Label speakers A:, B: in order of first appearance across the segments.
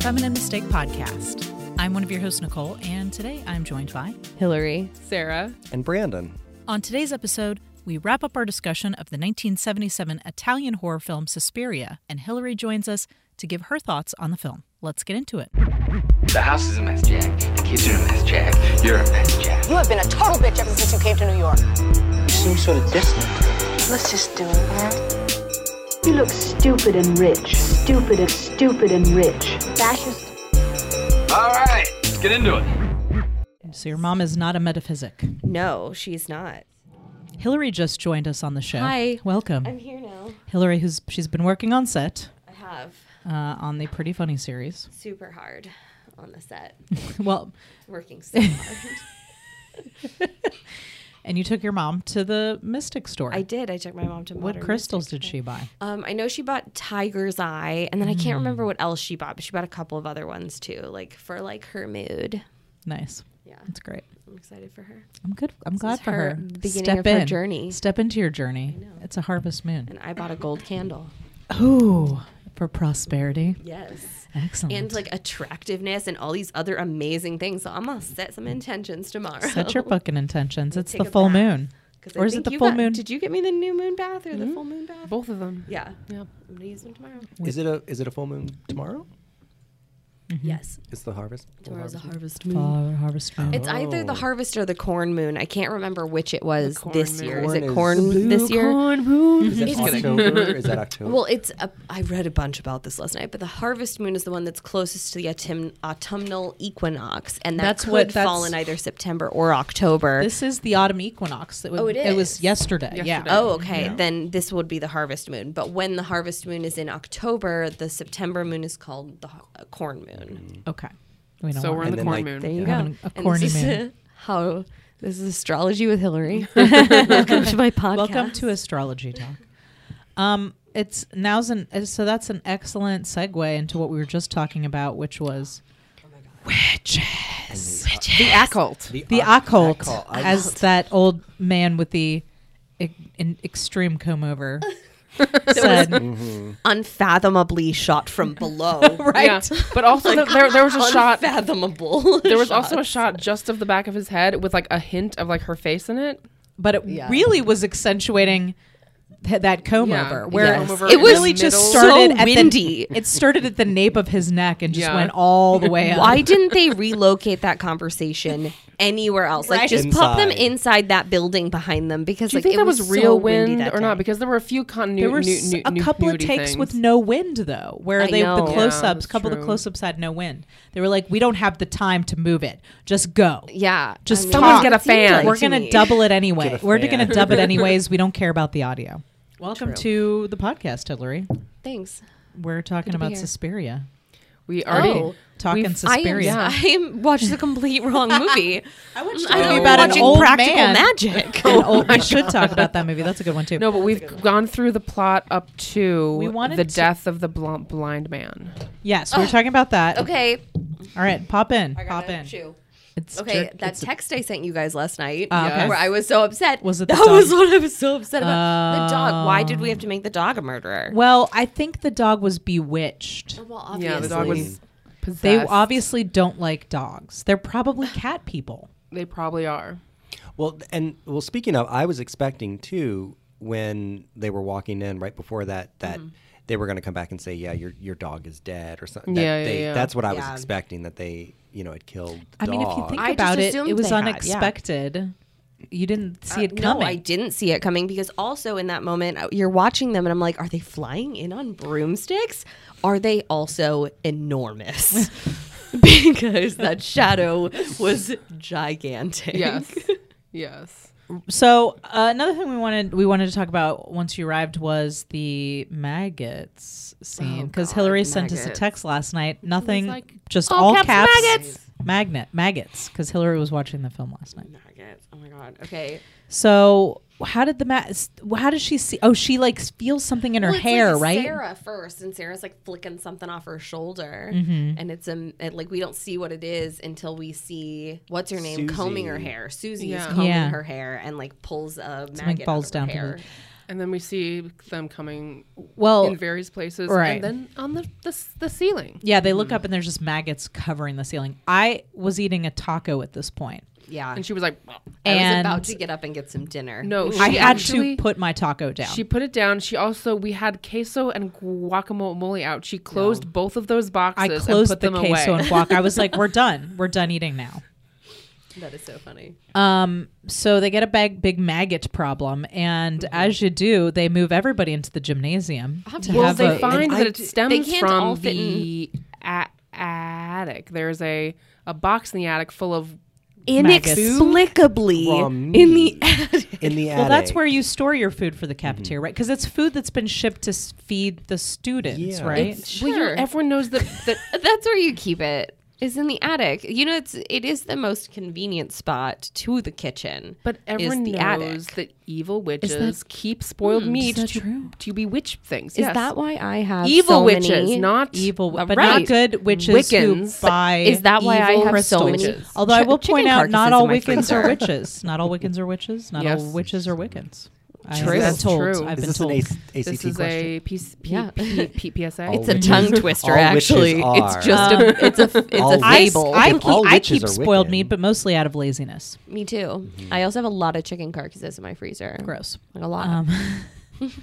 A: Feminine Mistake Podcast. I'm one of your hosts, Nicole, and today I'm joined by.
B: Hillary.
C: Sarah.
D: and Brandon.
A: On today's episode, we wrap up our discussion of the 1977 Italian horror film Suspiria, and Hillary joins us to give her thoughts on the film. Let's get into it.
E: The house is a mess, Jack. The kids are a mess, Jack. You're a mess, Jack.
F: You have been a total bitch ever since you came to New York.
E: You seem sort of distant.
G: Let's just do it, man. You look stupid and rich. Stupid and stupid and rich. Fascist.
E: All right, let's get into it.
A: So, your mom is not a metaphysic.
B: No, she's not.
A: Hillary just joined us on the show.
B: Hi.
A: Welcome.
B: I'm here now.
A: Hillary, who's she's been working on set
B: I have
A: uh, on the Pretty Funny series.
B: super hard on the set,
A: well,
B: working so hard.
A: and you took your mom to the Mystic store.
B: I did. I took my mom to
A: what
B: Modern
A: crystals
B: Mystic
A: did she buy?
B: Store. Um, I know she bought Tiger's Eye, and then I
A: Hmm.
B: can't remember what else she bought, but she bought a couple of other ones too, like for like her mood.
A: Nice.
B: Yeah,
A: That's great.
B: I'm excited for her.
A: I'm good. I'm glad
B: is
A: for
B: her
A: her.
B: beginning
A: Step
B: of her
A: in.
B: journey.
A: Step into your journey. It's a harvest moon.
B: And oh, I bought a gold candle.
A: Ooh, for prosperity.
B: Yes.
A: Excellent.
B: And like attractiveness and all these other amazing things. So I'm gonna set some intentions tomorrow.
A: set your fucking intentions. It's the
B: take a
A: full
B: bath.
A: moon.
B: 'Cause I
A: Or is it
B: think
A: the
B: you
A: full
B: got-
A: moon? Hmm?
B: Did you get me the new moon bath or the full moon bath?
C: Both of them.
B: Yeah.
C: Yeah.
B: I'm gonna use them tomorrow.
A: Mm-hmm.
D: Is it a is it a full moon tomorrow?
B: Yes.
D: It's the harvest.
B: Tomorrow's a harvest
A: Fall harvest moon.
B: Mm. It's either the
D: Oh.
B: harvest or the corn moon. I can't remember which it was
C: corn
B: this
C: moon.
B: year.
D: Corn
B: is it
D: is
B: corn
D: blue
B: this year?
D: Is that October? is that October?
B: Well, it's a, I read a bunch about this last night, but the harvest moon is the one that's closest to the autumn, autumnal equinox, and that
A: That's
B: could
A: what-
B: fall
A: that's-
B: in either September or October.
A: this is the autumn equinox. That was,
B: Oh, it
A: was
B: is.
A: yesterday.
C: Yesterday.
A: Yeah.
B: Oh, okay. Then this would be the harvest moon. But when the harvest moon is in October, the September moon is called the ho- uh, corn moon.
A: Oh, Okay. We don't
C: So
A: want
C: we're in
D: And
C: the
D: then,
C: corn
D: like,
C: moon.
B: There you
A: Yeah.
B: go.
A: A
B: And
A: corny
B: this is
A: moon.
B: How this is astrology with Hillary. Welcome to my podcast.
A: Welcome to astrology talk. Um, it's now's an uh, so that's an excellent segue into what we were just talking about, which was witches,
C: The occult.
A: the
D: oc-
A: occult,
D: occult. I-
A: as that old man with the e- in extreme comb over said.
B: unfathomably shot from below.
A: Right.
C: Yeah. But also th- there, there was a shot.
B: Unfathomable.
C: There was also a shot just of the back of his head with like a hint of like her face in it.
A: but it really was accentuating th- that comb
C: Yeah.
A: over,
C: Yeah.
A: where
B: Comb
C: over
A: it
C: in the
A: really just
C: middle.
A: started
B: So
A: at the-
B: windy.
A: it started at the nape of his neck and just
C: Yeah.
A: went all the way up.
B: Why didn't they relocate that conversation anywhere else? Like,
A: Right.
B: just pop them
D: Inside.
B: inside that building behind them because,
C: Do you
B: like,
C: think
B: it
C: that was, real
B: so windy
C: wind
B: that
C: or not?
B: day.
C: Because there were a few continuity.
A: There were s- a couple of takes with no wind though, where
B: I
A: they
B: know.
A: the
B: Yeah,
A: close ups,
C: that's
A: couple of
C: true.
A: close ups had no wind. They were like, "We don't have the time to move it. Just go.
B: yeah,
A: Just
B: I mean,
A: someone
B: it
C: get a
B: seemed
C: fan.
B: like
A: We're
B: to
A: gonna
B: me.
A: double it anyway.
D: Get a
A: We're gonna
D: fan.
A: dub it anyways. We don't care about the audio." Welcome to the podcast, Hillary.
B: Thanks.
A: We're talking
B: to be
A: about
B: here.
A: Suspiria.
C: we already.
B: Oh.
A: Talking
C: We've-
B: I am.
A: Suspiria.
C: Yeah.
B: I watched the complete wrong movie. I watched
A: movie about an
B: watching
A: old
B: Practical
A: man.
B: Magic.
A: And, oh, we should talk about that movie. That's a good one too.
C: No, but we've gone through the plot up to
A: We wanted
C: the
A: to-
C: death of the bl- blind man.
A: Yes, we we're talking about that.
B: Oh. okay,
A: All right, pop in. Pop in. It's
B: Okay,
A: jerk-
B: that text I sent you guys last night,
A: Ah, okay.
B: where I was so upset.
A: Was it the
B: that was
A: dog?
B: what I was so upset about? the dog. Why did we have to make the dog a murderer?
A: Well, I think the dog was bewitched.
B: Well,
C: Yeah, the dog was possessed.
A: They obviously don't like dogs. They're probably cat people.
C: They probably are.
D: Well, and well, speaking of, I was expecting too when they were walking in right before that that they were going to come back and say, "Yeah, your your dog is dead" or something. That
C: Yeah, yeah,
D: they,
C: yeah.
D: That's what I
B: Yeah.
D: was expecting that they, you know, had killed. The
A: I mean, if you
D: dog.
A: think
B: I just
A: about it,
B: assumed
A: it was
B: they had, yeah. Uh,
A: unexpected. You didn't see it
B: no,
A: coming.
B: I didn't see it coming because also in that moment uh, you're watching them and I'm like, are they flying in on broomsticks? Are they also enormous? because that shadow was gigantic.
C: Yes. yes.
A: so uh, another thing we wanted we wanted to talk about once you arrived was the maggots scene because Hillary sent us a
C: Oh, maggots.
A: text last night. Nothing,
C: like,
A: just all
C: all
A: caps,
C: caps,
A: maggots. magnet maggots because Hillary was watching the film last night.
B: Maggots. Oh my god. Okay.
A: So how did the ma- s- how does she see? Oh, she like feels something in her
B: Well, it's
A: hair,
B: like
A: right?
B: Sarah first, and Sarah's like flicking something off her shoulder,
C: Mm-hmm.
B: and it's um, it, like we don't see what it is until we see what's her name combing her
D: Susie.
B: hair. Susie's
C: Yeah.
B: combing
A: Yeah.
B: her hair and like pulls a
A: Something
B: maggot
A: falls
B: out
A: down
B: of her
A: from
B: hair.
A: her.
C: And then we see them coming
A: Well,
C: in various places,
A: right.
C: and then on the the, s- the ceiling.
A: yeah, they look up and there's just maggots covering the ceiling. I was eating a taco at this point.
B: Yeah.
C: And she was like,
B: I was
A: and
B: about to get up and get some dinner.
C: "No, she
A: I had
C: actually-
A: to put my taco down.
C: She put it down. She also we had queso and guacamole out. She closed both of those boxes.
A: I closed
C: and put
A: the
C: them
A: queso
C: away.
A: and guac. I was like, we're done. We're done eating now.
B: That is so funny.
A: Um, so they get a big, big maggot problem, and
D: Mm-hmm.
A: as you do, they move everybody into the gymnasium
D: Ah,
A: to
C: well,
A: have
C: they
A: a-
C: find
B: I
C: that it
B: d- they
C: stems
B: can't all
C: from
B: fit
C: the a- attic. There's a a box in the attic full of
A: Maggots.
B: Inexplicably
D: From
B: in the
D: me.
B: attic.
D: in the attic.
A: Well, that's where you store your food for the
D: Mm-hmm.
A: cafeteria, right? Because it's food that's been shipped to s- feed the students,
D: Yeah.
A: right?
C: Well, you-
B: Sure.
C: everyone knows that that
B: That's where you keep it. Is in the attic. You know, it's it is the most convenient spot to the kitchen.
C: But everyone
B: the attic.
C: knows that evil witches keep spoiled meat
A: Hmm, that
C: to,
A: true?
C: to bewitch things.
B: Is that why I have
C: evil
B: so
C: witches,
B: many-
C: not
A: Evil,
C: Uh,
A: but not
C: right.
A: good witches
C: Wiccans?
A: who buy.
B: Is that why I
A: evil
B: have so
A: crystals.
B: many
A: Although I
B: chi-
A: will
B: chicken
A: point out, not
B: carcasses
A: all
B: in my
A: Wiccans are
B: freezer?
A: witches. Not all Wiccans are witches. Not all
C: Yes.
A: witches are Wiccans. I
C: True.
A: have been told.
C: True.
A: I've
D: Is
A: been
D: this
A: told.
D: an A- ACT
C: This is
D: question?
C: a piece, P,
B: Yeah.
C: P, P, PSA.
B: It's a
D: witches-
B: tongue twister,
D: all witches
B: actually.
D: are.
B: It's just a it's a it's
D: All
B: a
D: witches-
A: I,
B: fable.
A: I
D: If
A: keep,
D: all
A: I
D: witches
A: keep
D: are
A: spoiled
D: Wiccan-
A: meat, but mostly out of laziness.
B: Me too.
D: Mm-hmm.
B: I also have a lot of chicken carcasses in my freezer.
A: Gross.
B: Like a lot.
A: Um,
B: I cleaned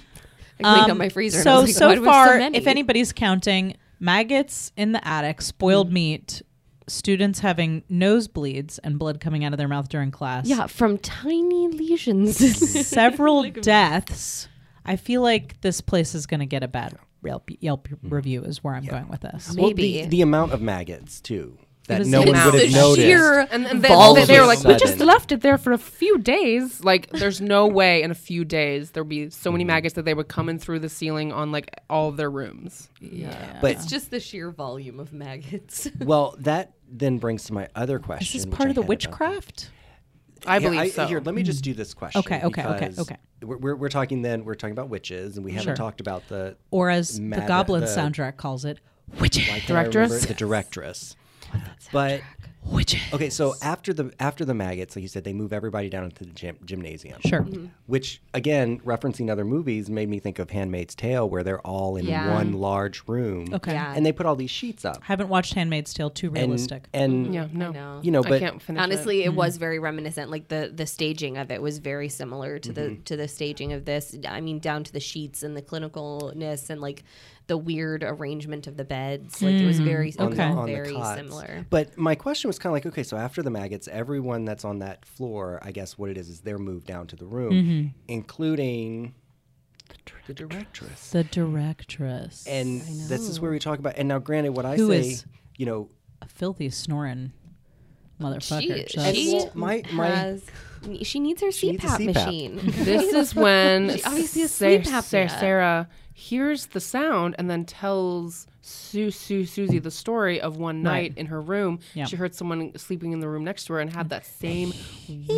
B: up
A: Um,
B: my
A: So
B: freezer. and I was like,
A: so
B: "Why do we have
A: far,
B: many?"
A: if anybody's counting, maggots in the attic,
B: Mm.
A: spoiled meat, students having nosebleeds and blood coming out of their mouth during class.
B: yeah, from tiny lesions.
A: several deaths. I feel like this place is going to get a bad Yelp, Yelp
D: Mm.
A: review. Is where I'm going with this.
D: Well,
B: Maybe.
D: the, the amount of maggots too that
A: was
D: no
A: the
D: one would
C: amount.
D: have
C: The
D: noticed.
B: sheer-
C: and, and they,
B: All
C: they,
B: of
C: they
B: a
C: were like, we just
D: sudden.
C: left it there for a few days. Like, there's no way in a few days there'd be so
B: Mm.
C: many maggots that they would come in through the ceiling on like all of their rooms.
D: But
B: It's just the sheer volume of maggots.
D: well, that then brings to my other
A: Is
D: question.
A: this
D: which
A: part
D: I
A: of the
D: had about-
A: witchcraft? Mm-hmm.
C: I
D: Yeah,
C: believe so.
D: Here, let me just do this question.
A: Okay, okay, okay,
D: because
A: okay.
D: We're, we're, we're talking then. We're talking about witches, and we haven't
A: Sure.
D: talked about the
A: Or as the
D: Mad-
A: Goblin
D: the-
A: soundtrack calls it, witches.
D: why can't I remember
C: Directress?
D: it? the directress. But
A: Witches.
D: okay, so after the after the maggots, like you said, they move everybody down into the gym, gymnasium.
A: Sure.
C: Mm-hmm.
D: Which again, referencing other movies, made me think of *Handmaid's Tale*, where they're all in
B: Yeah.
D: one large room.
A: Okay.
B: Yeah.
D: And they put all these sheets up.
A: Haven't watched *Handmaid's Tale*. Too realistic.
D: And, and
C: Mm-hmm. yeah, no.
B: Mm, know.
D: you know,
C: I
D: but
C: can't finish it.
B: Honestly, it was very reminiscent. Like the the staging of it was very similar to the to the staging of this. I mean, down to the sheets and the clinicalness and like the weird arrangement of the beds. Like it was very it was
D: on the-
A: Okay.
B: all
D: on the
B: very
D: cots.
B: similar.
D: But my question was kind of like, okay, so after the maggots, everyone that's on that floor, I guess what it is is they're moved down to the room, including the directress.
A: the directress.
D: And this is where we talk about. And now, granted, what I
A: Who
D: say,
A: is-
D: you know,
A: a filthy snoring motherfucker.
B: She-
A: just-
B: she-
D: well, my my
B: Has, she needs her
D: She needs a
B: CPAP,
D: CPAP.
B: machine.
C: This is when
B: She obviously has
C: Sa-
B: sleep
C: Sa-
B: apnea.
C: Sarah hears the sound and then tells Su- Su- Susie the story of one night in her room.
A: Yeah.
C: She heard someone sleeping in the room next to her and had that same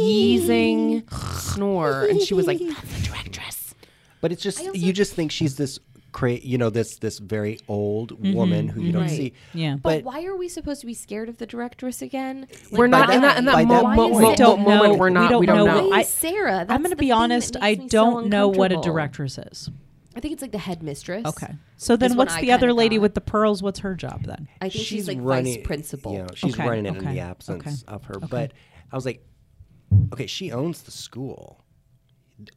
C: wheezing snore. And she was like, That's the directress.
D: but it's just you just think she's this cra- you know, this this very old woman who you don't see.
A: yeah.
B: But
D: But-
B: why are we supposed to be scared of the directress again? Like,
C: We're not
B: why-
C: in that, in that,
D: by
C: mo-
D: that
C: mo-
D: point-
C: mo-
D: We
A: don't
C: moment.
A: know.
C: We're
A: We
C: not, we
A: don't
C: don't,
A: know.
C: know.
B: Why
A: I-
B: is Sarah? That's
A: I'm going
B: the
A: to be
B: thing that
A: honest.
B: makes
A: I
B: me so
A: don't know what a
B: uncomfortable.
A: directress is.
B: I think it's like the headmistress.
A: Okay. So then,
B: what
A: what's
B: I
A: the other
B: kinda
A: lady
B: got.
A: with the pearls? What's her job then?
B: I think she's, like vice principal.
D: You know, she's
A: Okay,
D: running it
A: okay,
D: in the absence
A: okay,
D: of her. But I was like, okay, she owns the school.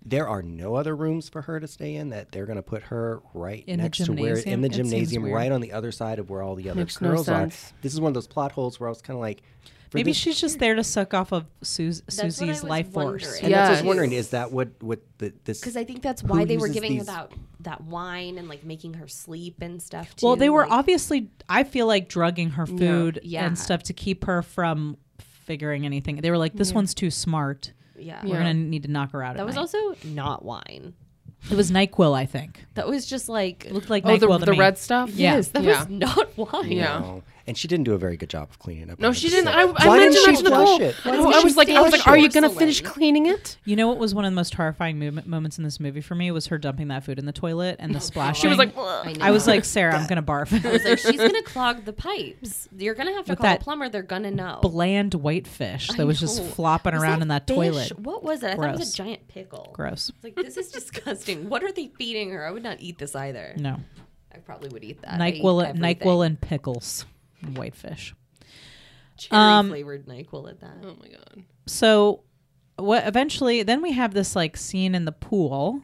D: There are no other rooms for her to stay in. That they're going to put her right
A: In the
D: next to where in
A: gymnasium?
D: the
A: It seems
D: gymnasium,
A: weird.
D: right on the other side of where all the other
C: Makes no
D: girls are.
C: sense.
D: This is one of those plot holes where I was kind of like, for
A: Maybe
D: this-
A: she's just there to suck off of Sus-
B: what I
A: Susie's
B: was
A: life force.
B: wondering.
D: And that's what I
C: Yes.
D: was wondering: is that what what the, this?
B: Because I think that's
D: who
B: why they were
D: uses
B: giving
D: these-
B: her that that wine and like making her sleep and stuff. Too.
A: Well, they were
B: like,
A: obviously, I feel like, drugging her food
B: Yeah.
A: and stuff to keep her from figuring anything. They were like, this one's too smart.
B: Yeah,
A: We're going to need to knock her out.
B: that was also not wine.
A: It was NyQuil, I think.
B: That was just like
A: Looked like
C: Oh,
A: NyQuil to
C: the, the
A: me.
C: red stuff?
A: Yeah.
B: yes, that
C: Yeah.
B: was not wine.
D: you
C: Yeah.
D: know, and she didn't do a very good job of cleaning up.
C: No,
D: what
C: she
D: was
C: didn't.
D: said.
C: I, I
D: Why
C: meant
D: didn't
C: to
D: she
C: mention
D: flush
C: Nicole.
D: it? Why
C: I,
D: didn't
C: I
D: she
C: was like, I was
D: flush
C: like, are
D: it?
C: you gonna finish cleaning it?
A: You know what was one of the most horrifying mov- moments in this movie for me was her dumping that food in the toilet and
B: Oh,
A: the splashing.
C: She was like,
A: I was like, Sarah, I'm gonna barf.
B: It's "Oh." like she's gonna clog the pipes. You're gonna have to
A: With
B: call a
A: that
B: plumber. They're gonna know.
A: Bland white fish that was just
B: know.
A: flopping
B: Was
A: around in that
B: fish-
A: toilet.
B: What was it? I thought it was
A: Gross.
B: a giant pickle.
A: Gross.
B: It's Like this is disgusting. What are they feeding her? I would not eat this either.
A: No.
B: I probably would eat that. I eat
A: Nyquil,
B: everything.
A: Nyquil and pickles, and white fish.
B: cherry
A: um,
B: flavored Nyquil at that.
C: oh my god.
A: So, what? Eventually, then we have this like scene in the pool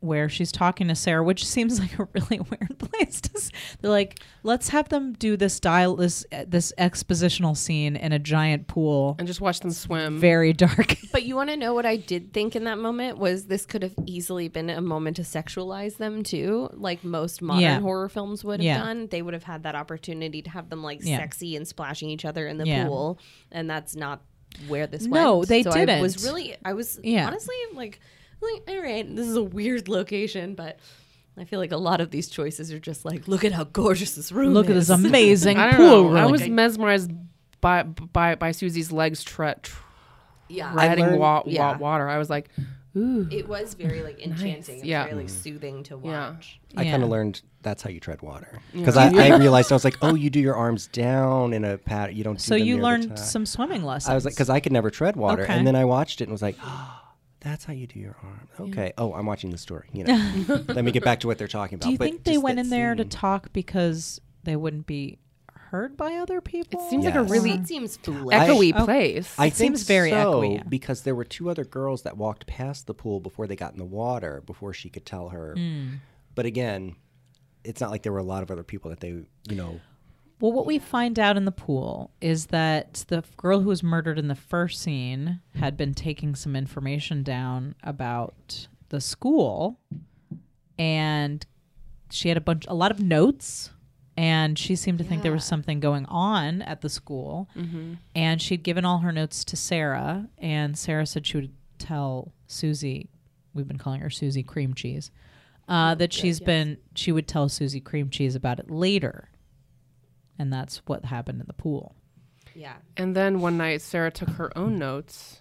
A: where she's talking to Sarah, which seems like a really weird place to. s- They're like, let's have them do this dial this this expositional scene in a giant pool,
C: And just watch them swim.
A: very dark.
B: But you want to know what I did think in that moment was this could have easily been a moment to sexualize them too, like most modern
A: Yeah.
B: horror films would have
A: Yeah.
B: done. They would have had that opportunity to have them like
A: Yeah.
B: sexy and splashing each other in the
A: Yeah.
B: pool, and that's not where this went.
A: No, they
B: so I
A: didn't.
B: was really, I was
A: Yeah.
B: honestly like, like, all right, this is a weird location, but. I feel like a lot of these choices are just like, look at how gorgeous this room
A: Look at
B: is.
A: this amazing
C: I don't
A: pool
C: know. I
A: room.
C: was mesmerized by by by Susie's legs tre- tre-
B: Yeah.
C: treading wa- wa-
B: yeah.
C: water. I was like, ooh.
B: It was very like enchanting. It was
C: Yeah.
B: very like soothing to watch.
C: Yeah.
D: I kind
A: Yeah.
D: of learned that's how you tread water because I, I realized I was like, oh, you do your arms down in a pat. You don't.
A: so
D: do them
A: you
D: near the
A: learned
D: top.
A: some swimming lessons.
D: I was like, because I could never tread water,
A: Okay.
D: and then I watched it and was like. "Ah, That's how you do your arm. Okay. Oh, I'm watching the story. You know. Let me get back to what they're talking about.
A: do you
D: But
A: think they
D: just
A: went
D: that
A: in there to
D: scene.
A: talk because they wouldn't be heard by other people?
C: It seems like a
D: Yes.
C: really
B: It seems foolish.
C: echoey
A: oh.
C: place.
D: I
A: It
D: think
A: seems very
D: so,
A: echoey, yeah.
D: because there were two other girls that walked past the pool before they got in the water before she could tell her.
A: Mm.
D: But again, it's not like there were a lot of other people that they, you know,
A: Well, what we find out in the pool is that the f- girl who was murdered in the first scene had been taking some information down about the school, and she had a bunch, a lot of notes, and she seemed to think there was something going on at the school, and she'd given all her notes to Sarah, and Sarah said she would tell Susie, we've been calling her Susie Cream Cheese, uh, that she's been, she would tell Susie Cream Cheese about it later and that's what happened in the pool
B: Yeah.
C: and then one night, Sarah took her own notes.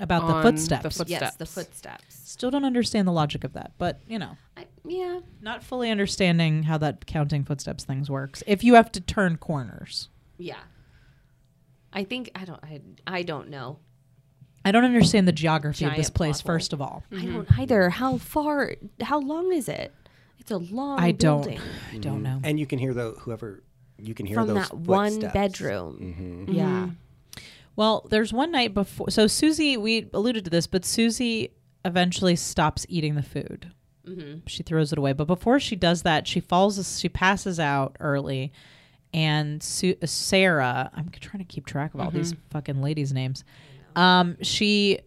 A: about
C: on
A: the footsteps.
C: The footsteps.
B: Yes, the footsteps.
A: Still don't understand the logic of that, but you know,
B: I, yeah.
A: not fully understanding how that counting footsteps things works. If you have to turn corners,
B: Yeah. I think I don't I, I don't know.
A: I don't understand the geography of this
B: Giant Mm.
A: place.
B: plot hole.
A: First of all,
B: I don't either. How far how long is it? It's a long
A: I don't,
B: building
A: I don't know.
D: and you can hear the whoever you can hear
B: from
D: those
B: that one
D: footsteps.
B: bedroom. Yeah.
A: Mm-hmm. Well, there's one night before. So Susie, we alluded to this, but Susie eventually stops eating the food.
C: Mm-hmm.
A: She throws it away, but before she does that, she falls. She passes out early, and Su- uh, Sarah. I'm trying to keep track of all these
C: Mm-hmm.
A: fucking ladies' names. Um, she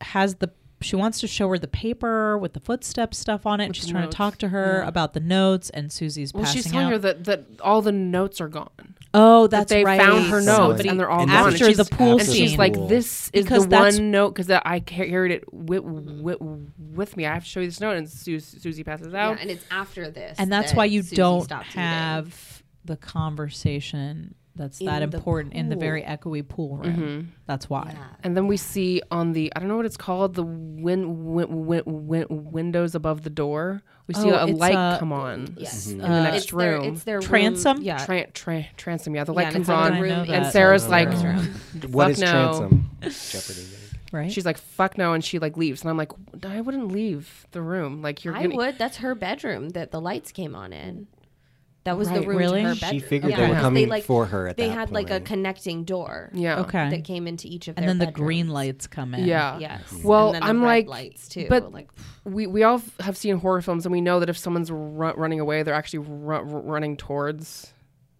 A: has the. She wants to show her the paper with the footstep stuff on it. and She's
C: the
A: trying
C: notes.
A: to talk to her about the notes, and Susie's
C: Well,
A: passing
C: she's telling
A: out.
C: her that, that all the notes are gone.
A: oh, that's
C: that they
A: right.
C: found her notes
D: Somebody-
C: and they're all
D: And
C: gone.
A: after
C: and
A: the
C: she's-
A: pool
C: and
A: scene.
C: she's like, "This is
A: Because
C: the
A: that's-
C: one note because I carried it with, with with me. I have to show you this note." And Su- Susie passes
B: Yeah,
C: out.
B: Oh. and it's after this.
A: and that's
B: that
A: why you
B: Susie
A: don't
B: stops eating.
A: have the conversation that's
B: In
A: that
B: the
A: important in the very
B: pool. Mm-hmm.
A: echoey pool room. That's why.
C: And then we see on the I don't know what it's called the win, win, win, win, windows above the door. We see
A: Oh,
C: a
A: it's,
C: light
A: uh,
C: come on. Yes, in
B: Uh,
C: the next
B: it's their,
C: room.
B: it's their room-
A: Transom?
B: Yeah.
C: Tran- tran- transom. Yeah, the
B: Yeah,
C: light
B: and it's
C: comes
B: like
A: a
C: on,
A: room
C: and
A: that-
C: Sarah's like,
D: What
C: Fuck
D: is
C: no.
D: transom? Jeopardy.
A: Right?
C: she's like, "Fuck no," and she like leaves, and I'm like, "I wouldn't leave the room. Like you're
B: I
C: gonna e-"
B: would. That's her bedroom that the lights came on in. That was the
C: Right,
B: room
A: really?
B: to her
A: She
B: bedroom.
D: figured
B: yeah.
D: they were
B: because
D: coming for her at
B: They
D: that
B: had like a
D: point.
B: connecting door
C: yeah
A: okay.
B: that came into each of
A: and
B: oh, their
A: then the
B: bedrooms.
A: green lights come in.
C: yeah
B: Yes.
D: Hmm.
B: And
C: Well,
B: then the
C: I'm
B: red
C: like,
B: lights too.
C: but-
B: like
C: we we all f- have seen horror films and we know that if someone's ru- running away they're actually ru- ru- running towards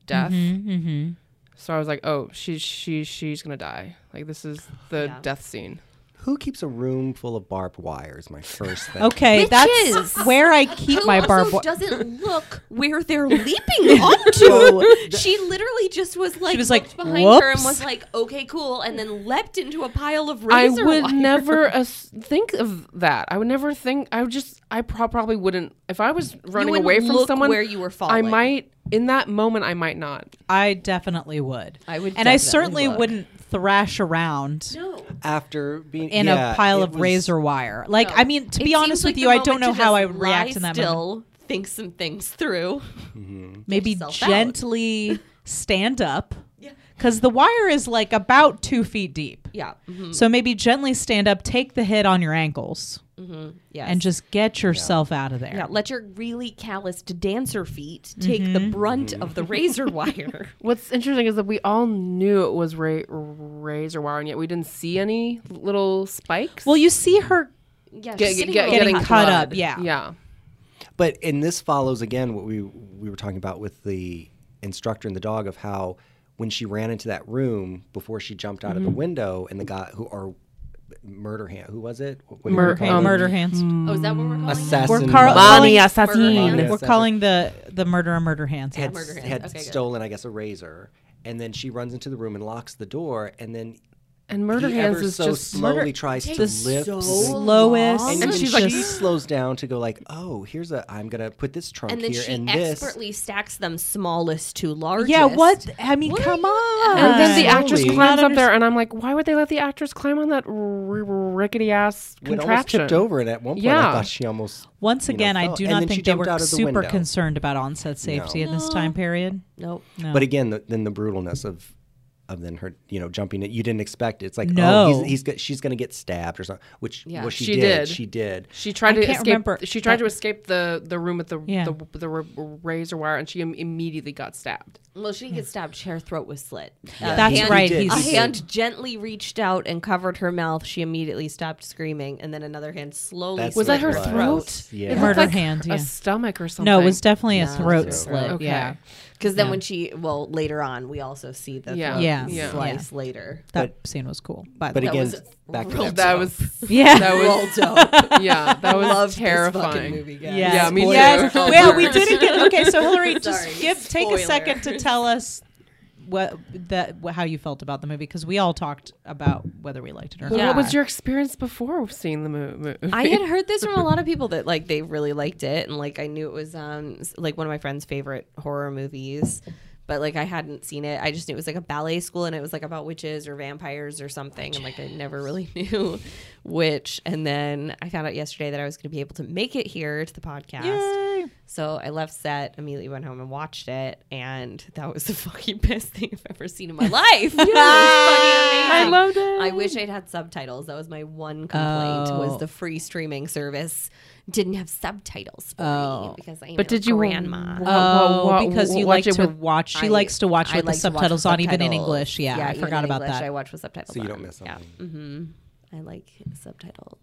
C: death
B: Mm-hmm,
C: so i was like oh she she she's gonna die like this is the
B: Yeah.
C: death scene
D: Who keeps a room full of barbed wire? Is my first thing.
A: Okay,
B: Witches!
A: that's where I keep
B: Who
A: my
B: also
A: barbed wire.
B: doesn't look where they're leaping onto. she literally just was like,
A: was like,
B: looked behind her and
A: "Whoops."
B: was like, okay, cool, and then leapt into a pile of
C: I
B: razor
C: would
B: wire.
C: never as- think of that. I would never think. I would just. I pro- probably wouldn't. If I was running
B: wouldn't
C: away from
B: look
C: someone
B: where you were
C: I
B: falling.
C: might. In that moment, I might not.
A: I definitely would.
B: I would
A: and I
B: definitely
A: certainly
B: look.
A: wouldn't thrash around
D: After being
A: in
D: yeah,
A: a pile
D: it
A: of
D: was-
A: razor wire. Like, I mean, to
B: It
A: be honest
B: seems like
A: with
B: the
A: you, I don't
B: moment
A: know
B: to
A: how
B: just
A: I would react
B: lie
A: in that
B: still,
A: moment.
B: Think some things through.
A: Maybe
B: yourself out.
A: gently stand up, because the wire is like about two feet deep.
B: Yeah.
C: Mm-hmm.
B: mhm,
A: So maybe gently stand up, take the hit on your ankles,
C: Mm-hmm.
B: Yes.
A: and just get yourself out of there.
B: Yeah, let your really calloused dancer feet take
A: Mm-hmm.
B: the brunt of the razor wire.
C: What's interesting is that we all knew it was ra- razor wire, and yet we didn't see any little spikes.
A: Well, you see her
B: yeah,
C: Get-
B: she's
C: get-
B: getting
C: get-
B: a little
A: getting
C: cut.
A: caught up. Yeah.
C: yeah.
D: But and this follows again what we we were talking about with the instructor and the dog of how when she ran into that room before she jumped out of
A: Mm-hmm.
D: the window and the guy who or murder hand who was it What do you
C: Mur-
D: call
C: um,
D: it?
A: Murder hands.
D: hmm.
B: Oh, is that what we're
D: Mm,
B: calling
D: assassin
A: We're Carl- Bonnie
D: Bonnie Bonnie
A: We're
D: assassin.
A: calling the the murderer murder hands.
D: had,
B: murder hand.
D: had
B: Okay, good.
D: stolen I guess a razor and then she runs into the room and locks the door and then
C: And murder
D: he
C: hands
D: ever
C: is
D: so
C: just
D: slowly tries to
A: Takes
D: lift
A: so
D: the-
A: slowest.
D: and,
A: And
D: then
A: she's
D: she
A: like-
D: slows down to go like oh here's a I'm gonna put this trunk
B: and then
D: here
B: she
D: and this
B: expertly stacks them smallest to largest.
A: Yeah, what? I mean, come on.
C: And then the
D: Slowly.
C: actress
D: Not
C: climbs up there, and I'm like, why would they let the actress climb on that r- r- rickety ass
D: it almost
C: contraption?
D: tipped over and at one point I
C: Yeah.
D: thought she almost
A: Once
D: you know,
A: again, I
D: fell.
A: do
D: And
A: not
D: then she
A: think they
D: jumped
A: were
D: out of the
A: super
D: window.
A: concerned about onset safety in this time period.
B: Nope.
D: But again, the, then the brutalness of of then her, you know, jumping it. You didn't expect it. It's like,
A: No.
D: oh, he's, he's go- she's going to get stabbed or something. Which
B: Yeah.
D: well, she,
C: She
D: did.
C: did.
D: She did.
C: She tried to
A: can't
C: escape.
A: remember
C: She tried
A: that-
C: to escape the the room with the
A: Yeah.
C: the, the r- razor wire, and she im- immediately got stabbed.
B: Well, she didn't get stabbed. Her throat was slit. Uh,
A: That's
B: hand-
A: right.
D: did.
A: He's
B: A
D: He
B: hand gently reached out and covered her mouth. She immediately stopped screaming, and then another hand slowly.
D: That's
B: slid
C: Was that her
D: Right.
C: throat?
D: Yeah.
C: It looked
A: Murder
C: like
A: hand, yeah.
C: A stomach or something.
A: no, it was definitely a
B: Yeah,
A: throat
B: throat.
A: slit.
C: Okay.
A: Yeah,
B: Because then when she, well, later on, we also see the
C: Yeah.
B: throat
A: Yeah.
C: Yeah.
B: slice later.
A: that scene was cool. By
D: But
A: the way.
D: again,
B: was
D: back to
B: real
D: that.
C: That
D: song.
C: was
A: yeah,
C: that was yeah that was
B: Love This fucking
C: terrifying.
B: movie, guys.
A: Yes.
C: Yeah, me
A: Yes.
C: too.
A: Well, we didn't get okay. So Hillary,
B: Sorry,
A: just give take a second to tell us what that how you felt about the movie because we all talked about whether we liked it or not.
C: Well,
B: Yeah.
C: What was your experience before seeing the mo- movie?
B: I had heard this from a lot of people that like they really liked it, and like I knew it was um s- like one of my friend's favorite horror movies, but like I hadn't seen it. I just knew it was like a ballet school, and it was like about witches or vampires or something, and like I never really knew which. And then I found out yesterday that I was going to be able to make it here to the podcast. So I left set, immediately went home and watched it, and that was the fucking best thing I've ever seen in my life. It was fucking
C: I
B: amazing.
C: loved it.
B: I wish I'd had subtitles. That was my one complaint was
A: Oh.
B: the free streaming service didn't have subtitles for me
A: Oh.
B: because I am
C: But
B: a
C: did you
B: grandma.
A: Oh,
C: Well, well,
A: because
C: well,
A: you like
C: watch it
A: to
C: with-
A: watch. She
B: I-
A: likes to watch
B: I
A: with the
B: like to watch
A: subtitles on, even in
B: subtitles.
A: English. Yeah, I
B: even
A: forgot
B: in
A: about
B: English,
A: that.
B: I watch with subtitles.
D: So you
B: on.
D: don't miss something.
B: Yeah. hmm I like subtitles.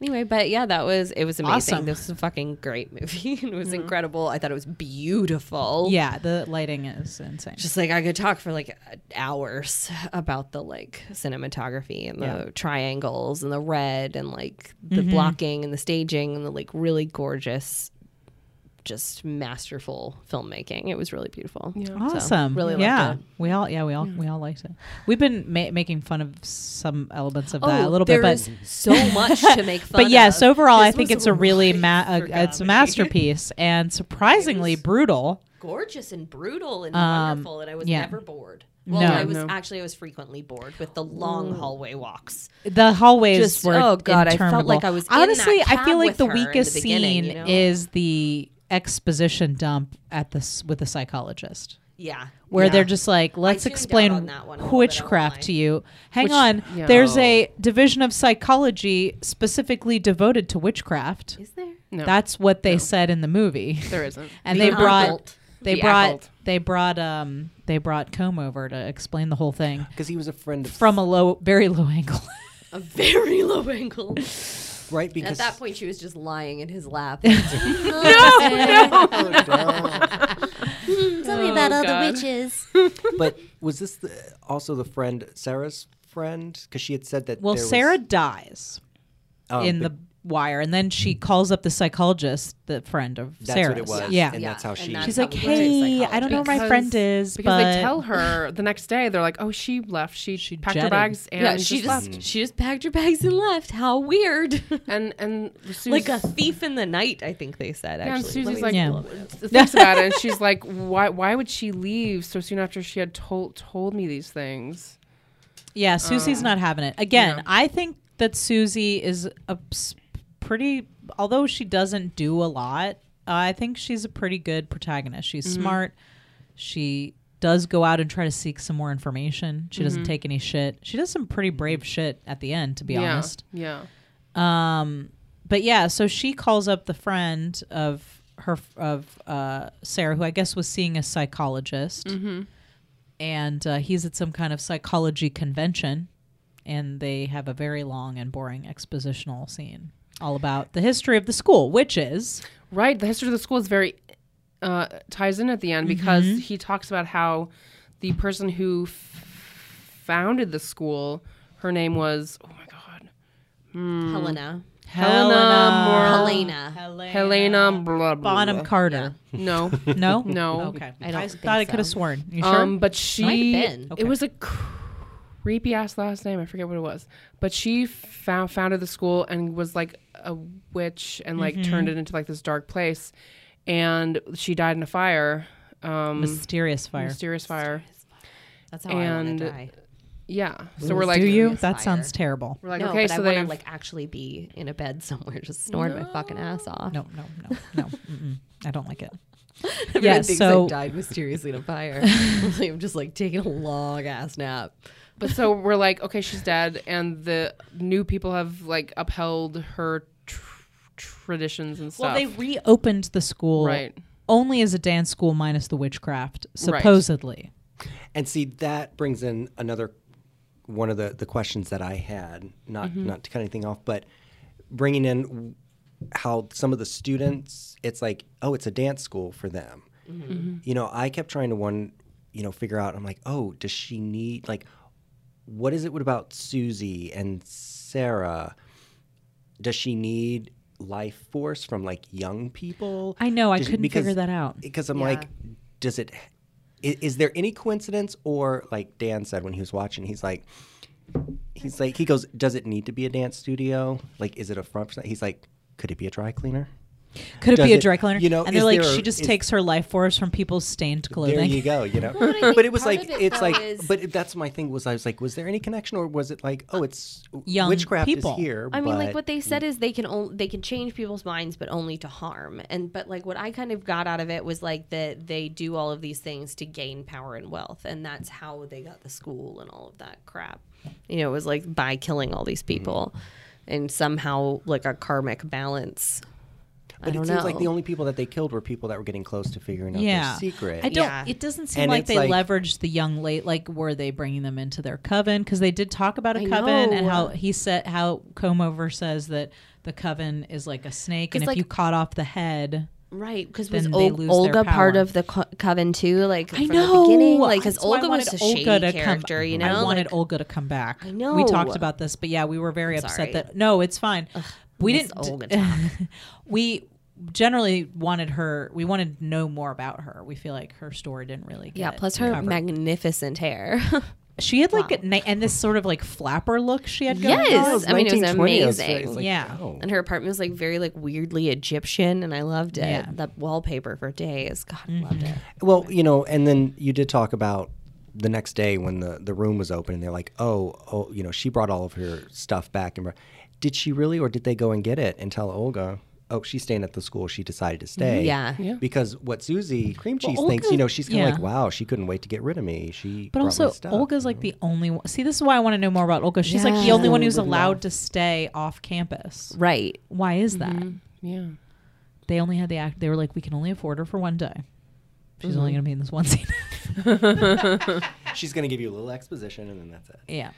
B: Anyway, but yeah, that was it was amazing.
A: Awesome. Mm-hmm.
B: This was a fucking great movie. it was incredible. I thought it was beautiful.
A: Yeah, the lighting is insane.
B: just like I could talk for like hours about the like cinematography and the triangles and the red and like the
A: Mm-hmm.
B: blocking and the staging and the like really gorgeous, just masterful filmmaking. It was really beautiful. Yeah.
A: Awesome.
B: really loved
A: yeah.
B: it.
A: We all yeah, we all we all liked it. We've been ma- making fun of some elements
B: Oh,
A: of that a little bit, but
B: so much to make fun.
A: but yes,
B: of.
A: overall I
B: This
A: think
B: was
A: it's a really ma- a,
B: for
A: it's a
B: comedy.
A: masterpiece and surprisingly brutal.
B: gorgeous and brutal and wonderful, and I was
A: Um, yeah.
B: never bored. Well,
A: No.
B: I was
C: No.
B: actually I was frequently bored with the long hallway walks.
A: The hallways
B: Just-
A: were
B: oh, God, I felt
A: interminable.
B: like I was in that
A: honestly. I
B: cab
A: feel like
B: with
A: the
B: her in the
A: weakest
B: beginning,
A: scene
B: you know?
A: is the exposition dump at this with the psychologist.
B: Yeah,
A: where
B: Yeah.
A: they're just like, let's
B: tuned out on
A: explain
B: that one a little bit, I won't lie.
A: witchcraft to you. Hang on,
C: yeah.
A: there's a division of psychology specifically devoted to witchcraft.
B: is there?
C: No.
A: That's what they said in the movie,
C: there isn't.
A: and they brought
B: occult.
A: they
C: The
A: brought
C: occult.
A: they brought um they brought Comb over to explain the whole thing
D: because he was a friend of
A: from a low, very low angle.
B: A very low angle.
D: right
B: At
D: because
B: that point, she was just lying in his lap. no,
D: Oh, no.
H: Tell me about all the
C: God.
H: witches.
D: Oh, But was this the, also the friend Sarah's friend? Because she had said that.
A: Well,
D: there was-
A: Sarah dies
D: oh,
A: in
D: but
A: the wire, and then she calls up the psychologist, the friend of
D: That's
A: Sarah's.
D: what it was.
A: Yeah.
D: and that's how she.
A: She's
B: how
A: like,
B: we went to
A: hey, I don't know where my
C: Because-
A: friend is,
C: because
A: but
C: they tell her the next day they're like, "Oh, she left. She,
A: She
C: packed her
A: jetted.
C: bags and
B: yeah, she
C: just
B: just, she just packed her bags and left. How weird!
C: and and Susie,
B: like a thief in the night, I think they said.
C: Yeah, and
B: Actually,
C: Susie's
B: Let me-
C: like
A: Yeah.
C: w- thinks about it, and she's like, "Why? Why would she leave so soon after she had told told me these things?"
A: Yeah, Susie's not having it. Again, I think that Susie is a s- pretty, although she doesn't do a lot, I think she's a pretty good protagonist. She's smart. She does go out and try to seek some more information. She doesn't take any shit. She does some pretty brave shit at the end, to be
C: yeah,
A: honest.
C: yeah.
A: Um, but yeah, so she calls up the friend of her of uh, Sarah, who I guess was seeing a psychologist,
C: Mm-hmm.
A: and uh, he's at some kind of psychology convention, and they have a very long and boring expositional scene all about the history of the school, which is
C: Right. The history of the school is very uh, ties in at the end because he talks about how the person who f- founded the school, her name was oh my god,
B: Helena,
C: Helena
B: Um,
C: Mor-
B: Helena.
C: Helena blah, blah,
A: Bonham
C: blah.
A: Carter.
C: No,
A: No,
C: No.
A: Okay,
B: I don't
A: I
B: think
A: thought I could have
B: so.
A: sworn. You sure?
C: um, but
B: Might
C: she
B: have been.
A: Okay.
C: it was a creepy ass last name. I forget what it was, but she found founded the school and was like a witch and like turned it into like this dark place, and she died in a fire. Um,
A: Mysterious fire.
C: Mysterious fire.
B: That's how I want
C: And-
B: to die.
C: Yeah. So we're like,
A: Do you?
B: Mysterious
A: That
B: fire.
A: sounds terrible.
C: We're like,
B: no,
C: okay,
B: but
C: so
B: I
C: they
B: want to like actually be in a bed somewhere, just snoring my fucking ass off.
A: No, no, no, no. Mm-mm. I don't like it.
B: Everyone
A: Yeah,
B: thinks
A: so-
B: I died mysteriously in a fire. I'm just like taking a long ass nap.
C: But so we're like, okay, she's dead, and the new people have like upheld her tr- traditions and stuff.
A: Well, they reopened the school
C: Right.
A: only as a dance school minus the witchcraft,
C: Right.
A: supposedly.
D: And see, that brings in another one of the, the questions that I had, not
A: Mm-hmm.
D: not to cut anything off, but bringing in w- how some of the students, it's like, oh, it's a dance school for them.
A: Mm.
D: You know, I kept trying to one, you know, figure out. I'm like, oh, does she need like, what is it? What about Susie and Sarah? Does she need life force from like young people?
A: I know, I
D: Does-
A: couldn't
D: because-
A: figure that out.
D: because I'm like, does it? Is, is there any coincidence, or like Dan said when he was watching, he's like, he's like, he goes, does it need to be a dance studio? Like, is it a front? for that?" He's like, could it be a dry cleaner?
A: Could it
D: Does
A: be a
D: it-
A: dry cleaner?
D: you know,
A: and they're
D: is
A: like,
D: there a-
A: she just
D: is-
A: takes her life force from people's stained clothing.
D: There you go, you know.
H: I think
D: but it was
H: part
D: like
H: of it,
D: it's
H: though,
D: like,
H: is-
D: but it- that's my thing was I was like, was there any connection, or was it like, oh, it's
A: Young
D: witchcraft
A: people.
D: is here?
B: I mean, like
D: but-
B: what they said is they can only they can change people's minds, but only to harm. And but like what I kind of got out of it was like that they do all of these things to gain power and wealth, and that's how they got the school and all of that crap. You know, it was like by killing all these people, and somehow like a karmic balance.
D: but
B: I don't
D: it seems
B: know.
D: like the only people that they killed were people that were getting close to figuring out
A: yeah.
D: their secret.
A: I don't.
B: Yeah.
A: It doesn't seem
D: And
A: like
D: it's
A: they
D: like-
A: leveraged the young late. Like, were they bringing them into their coven? Because they did talk about a
B: I
A: coven and
B: know.
A: how he said how Comover says that the coven is like a snake, and if
B: It's like-
A: you cut off the head,
B: Right, because was
A: Then they
B: Ol-
A: lose their
B: Olga part
A: power.
B: of the co- coven too? Like
A: I
B: from
A: know.
B: the beginning, like because
A: That's why I
B: Olga was
A: wanted
B: a shady character,
A: come,
B: you know.
A: I wanted
B: Like,
A: Olga to come back.
B: I
A: We
B: know.
A: talked about this, but yeah, we were very upset
B: sorry.
A: that no, it's fine. we
B: miss
A: didn't.
B: Olga talk.
A: we generally wanted her. We wanted to know more about her. We feel like her story didn't really. Get
B: yeah, plus her
A: covered.
B: magnificent hair.
A: she had like a, ni- and this sort of like flapper look she had. Going
B: Yes.
A: on.
D: was
B: I mean, it was
D: 1920s,
B: amazing.
D: so it's like,
A: Yeah.
D: oh.
B: and her apartment was like very like weirdly Egyptian, and I loved it.
A: Yeah. Mm-hmm.
B: That wallpaper for days, God, I loved it.
D: Well, you know, and then you did talk about the next day when the, the room was open and they're like, oh, oh, you know, she brought all of her stuff back. And brought- did she really, or did they go and get it and tell Olga? Oh, she's staying at the school. She decided to stay.
B: Yeah.
D: Because what Susie Cream Cheese
A: Mm-hmm. Olga-
D: thinks, you know, she's kind of
A: yeah.
D: like, wow, she couldn't wait to get rid of me. She
A: But
D: brought my
A: also,
D: stuff.
A: Olga's like the only one. See, this is why I want to know more about Olga. She's like the only one who's allowed to stay off campus.
B: Right?
A: Why is that?
B: Mm-hmm.
C: yeah.
A: They only had the act. They were like, we can only afford her for one day. She's only going
B: Mm-hmm.
A: to be in this one scene.
D: She's going to give you a little exposition and then that's it.
A: Yeah.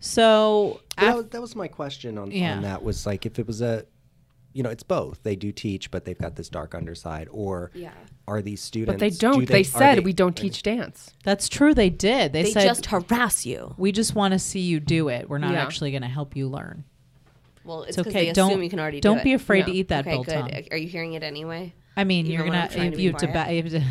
A: so
D: But that,
A: af-
D: was, that was my question on,
A: Yeah.
D: on that was like if it was a you know, it's both. They do teach, but they've got this dark underside. Or
B: Yeah.
D: are these students?
C: But they don't.
D: do
C: they
D: are
C: said
D: they-
C: we don't teach dance.
A: That's true. They did. They,
B: They
A: said
B: just harass you.
A: we just want to see you do it. We're not
C: Yeah.
A: actually going to help you learn.
B: Well, it's
A: It's
B: okay. They
A: okay.
B: assume
A: Don't
B: you can already
A: don't
B: do
A: be
B: it.
A: afraid to
C: Yeah.
A: eat that
B: okay,
A: biltong.
B: good. Are you hearing it anyway?
A: I mean,
B: Even
A: you're
B: when I'm
A: gonna
B: trying
A: if
B: to
A: you
B: be
A: deba-
B: quiet.
A: if you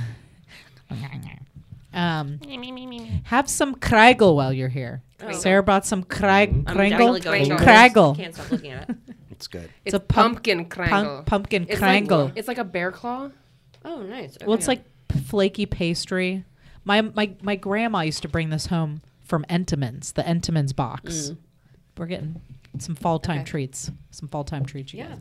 A: um, have some Kregel while you're here. Sarah brought some Kreg- Kregel.
B: Mm-hmm. Kregel.
A: Kregel.
B: stop looking at it.
D: It's good.
C: It's,
A: a
C: a
A: pump-
C: pumpkin
A: Punk,
C: krangle.
A: pumpkin
C: it's
A: Kregel.
C: Like, it's like a bear claw.
B: Oh, nice. Okay.
A: well, it's like p- flaky pastry. My my my grandma used to bring this home from Entenmann's, the Entenmann's box.
C: Mm.
A: We're getting some fall time
B: Okay.
A: treats. Some fall time treats, you
B: yeah.
A: guys.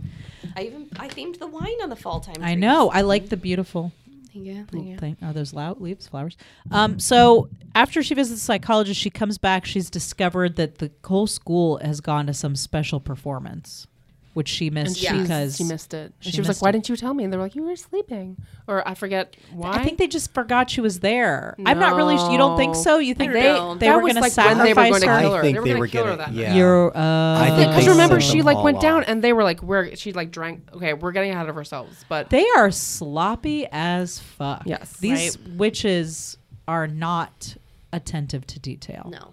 B: I even I themed the wine on the fall time.
A: I
B: trees.
A: know. I like the beautiful
B: Thank you. Thank
C: Mm-hmm.
B: you.
A: thing. Oh, those lou- leaves, flowers. Um, so after she visits the psychologist, she comes back. She's discovered that the whole school has gone to some special performance, which she missed
B: she's-
A: because
C: she missed it.
A: she
C: She, was like,
A: missed
C: "Why
A: it.
C: didn't you tell me?" And they were like, "You were sleeping," or I forget why.
A: I think they just forgot she was there. I'm not really. You don't think so? You think they
B: know.
A: they
C: That
A: were
C: was
A: going to
C: like when they were
A: sacrifice
C: gonna
A: her?
C: kill
D: I
C: her.
D: think
C: They were
D: they
C: gonna
D: were
C: kill her
D: gonna.
C: that night.
D: yeah.
A: You're, uh,
D: I think
C: because
D: they
C: remember
D: sent
C: she
D: them
C: like
D: all
C: went down
D: off.
C: and they were like, "We're she like drank." Okay, we're getting ahead of ourselves, but
A: they are sloppy as fuck.
C: Yes.
A: these witches are not attentive to detail.
B: No.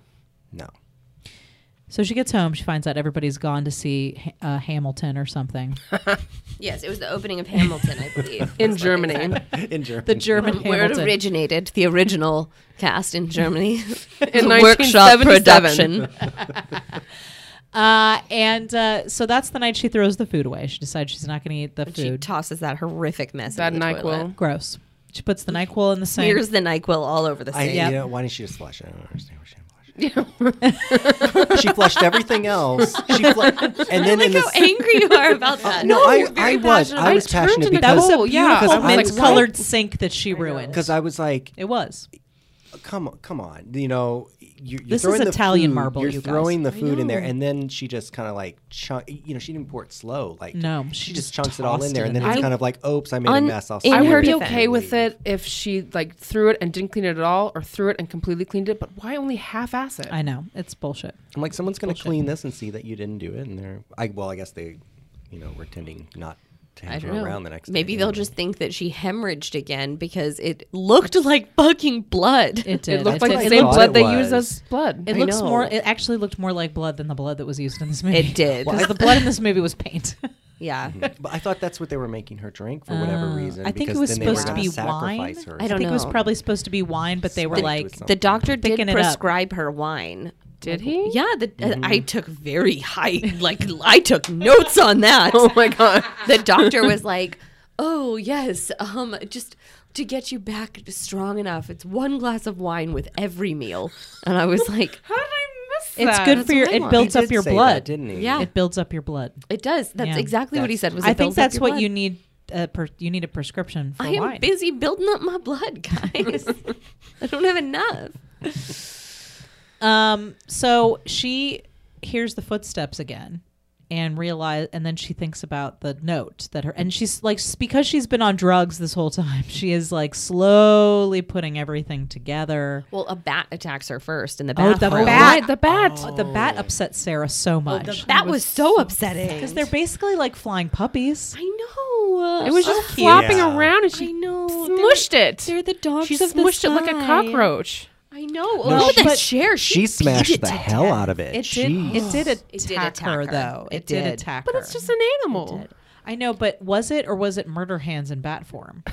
D: No.
A: So she gets home. She finds out everybody's gone to see Ha- uh, Hamilton or something.
B: Yes, it was the opening of Hamilton, I believe.
C: in Germany,
D: In German.
A: The German
B: Where it
A: Hamilton.
B: originated, the original cast in Germany.
C: in
B: Workshop
C: 1977.
B: production.
A: Uh, and uh, so that's the night she throws the food away. She decides she's not going to eat the
B: She
A: food.
B: tosses that horrific mess.
C: That
B: into the
C: Nyquil.
A: Gross. She puts the Nyquil in the sink.
B: Here's the Nyquil all over the
D: I,
B: sink.
A: Yep.
D: you know, why didn't she just flush it? I don't understand why she didn't flush it. she flushed everything else. She fl- and then in
B: Look how
D: the
B: angry you are about that.
D: no, I, I was
C: passionate.
D: I was
C: I turned
D: passionate
C: into
A: that was
D: because
A: a
C: Oh, yeah.
A: beautiful
C: I was like,
A: mint
C: what?
A: colored sink that she ruined.
D: because I was like,
A: It was.
D: come on, come on, you know, you, you're
A: This is
D: throwing the
A: Italian
D: food-
A: marble,
D: You're
A: you guys.
D: throwing the food in there, and then she just kind of like, chunk, you know, she didn't pour it slow. Like,
A: No,
D: she,
A: she just
D: just chunks it all in
A: tossed
D: there,
A: it
D: and
A: in
D: then it's
A: there.
D: kind of like, oops, I made a
B: Un-
D: mess. I'll
B: in
D: stop
C: I would
D: here
C: be
D: and
C: okay with
D: leave.
C: it if she like threw it and didn't clean it at all, or threw it and completely cleaned it. But why only half-ass it?
A: I know. It's bullshit.
D: I'm like, someone's gonna clean this and see that you didn't do it, and they're, I well, I guess they, you know, were tending not to
B: I
D: have
B: don't
D: her
B: know.
D: around the next. day
B: Maybe they'll
D: anyway.
B: just think that she hemorrhaged again because it looked like fucking blood.
A: It did.
C: it looked like the
A: did.
D: it
C: same
D: looked-
C: blood they
D: It
C: used
D: was.
C: as blood.
A: It
B: I
A: looks
B: know.
A: more. It actually looked more like blood than the blood that was used in this movie.
B: It did.
A: Because the blood in this movie was paint.
B: yeah.
D: But I thought that's what they were making her drink for whatever
A: Uh,
D: reason.
A: I think it
D: because
A: was
D: then they were
A: supposed to
D: gonna
A: be wine.
D: sacrifice Her or
B: I
A: I
B: don't
A: think it was
B: know.
A: probably supposed to be wine, but they were
D: Stick to
A: like,
D: it
B: The doctor did
A: Thicken it up.
B: prescribe her wine.
C: Did he?
B: Yeah, the, uh, I took very high, like, I took notes on that.
C: Oh my god.
B: the doctor was like, "Oh yes, um, just to get you back strong enough, it's one glass of wine with every meal." And I was like,
C: How did I miss
A: "It's good
B: That's
A: for your.
B: what I
A: It
B: want.
A: builds
D: He
A: up
D: did
A: your
D: say that,
A: blood.
D: didn't he?
B: Yeah.
A: It builds up your blood.
B: "It does." That's
A: Yeah.
B: exactly what he said. Was
A: I think
B: it builds up
A: that's
B: your
A: what
B: blood.
A: you need. A per, you need a prescription for
B: I am
A: wine.
B: busy building up my blood, guys. I don't have enough.
A: Um, so she hears the footsteps again and realize and then she thinks about the note that her and she's like s- because she's been on drugs this whole time she is like slowly putting everything together
B: Well, a bat attacks her first in the
A: Oh,
B: bathroom.
A: the
C: Bat,
A: bat
C: the bat.
A: the bat upset sarah so much
B: That was so upsetting.
A: because they're basically like flying puppies
B: I know.
C: It was
B: So
C: just
B: cute.
C: flopping
D: Yeah.
C: around, and
B: I
C: she
B: know.
C: smushed it.
B: They're, they're the dogs
C: She
B: of the
C: smushed it like a
B: sky.
C: cockroach.
B: I know. Oh,
D: No,
B: look at
D: she-
B: that chair. She,
D: She
B: beat
D: smashed
B: it
D: the
B: to
D: hell
B: death.
D: out of it.
A: it did
D: She-
A: it did it
B: It did
A: attack
B: attack
A: her
B: her.
A: though it,
B: It
A: did,
B: did.
A: attack
C: But
A: her
C: it's just an animal.
A: i know but was it or was it murder hands in bat form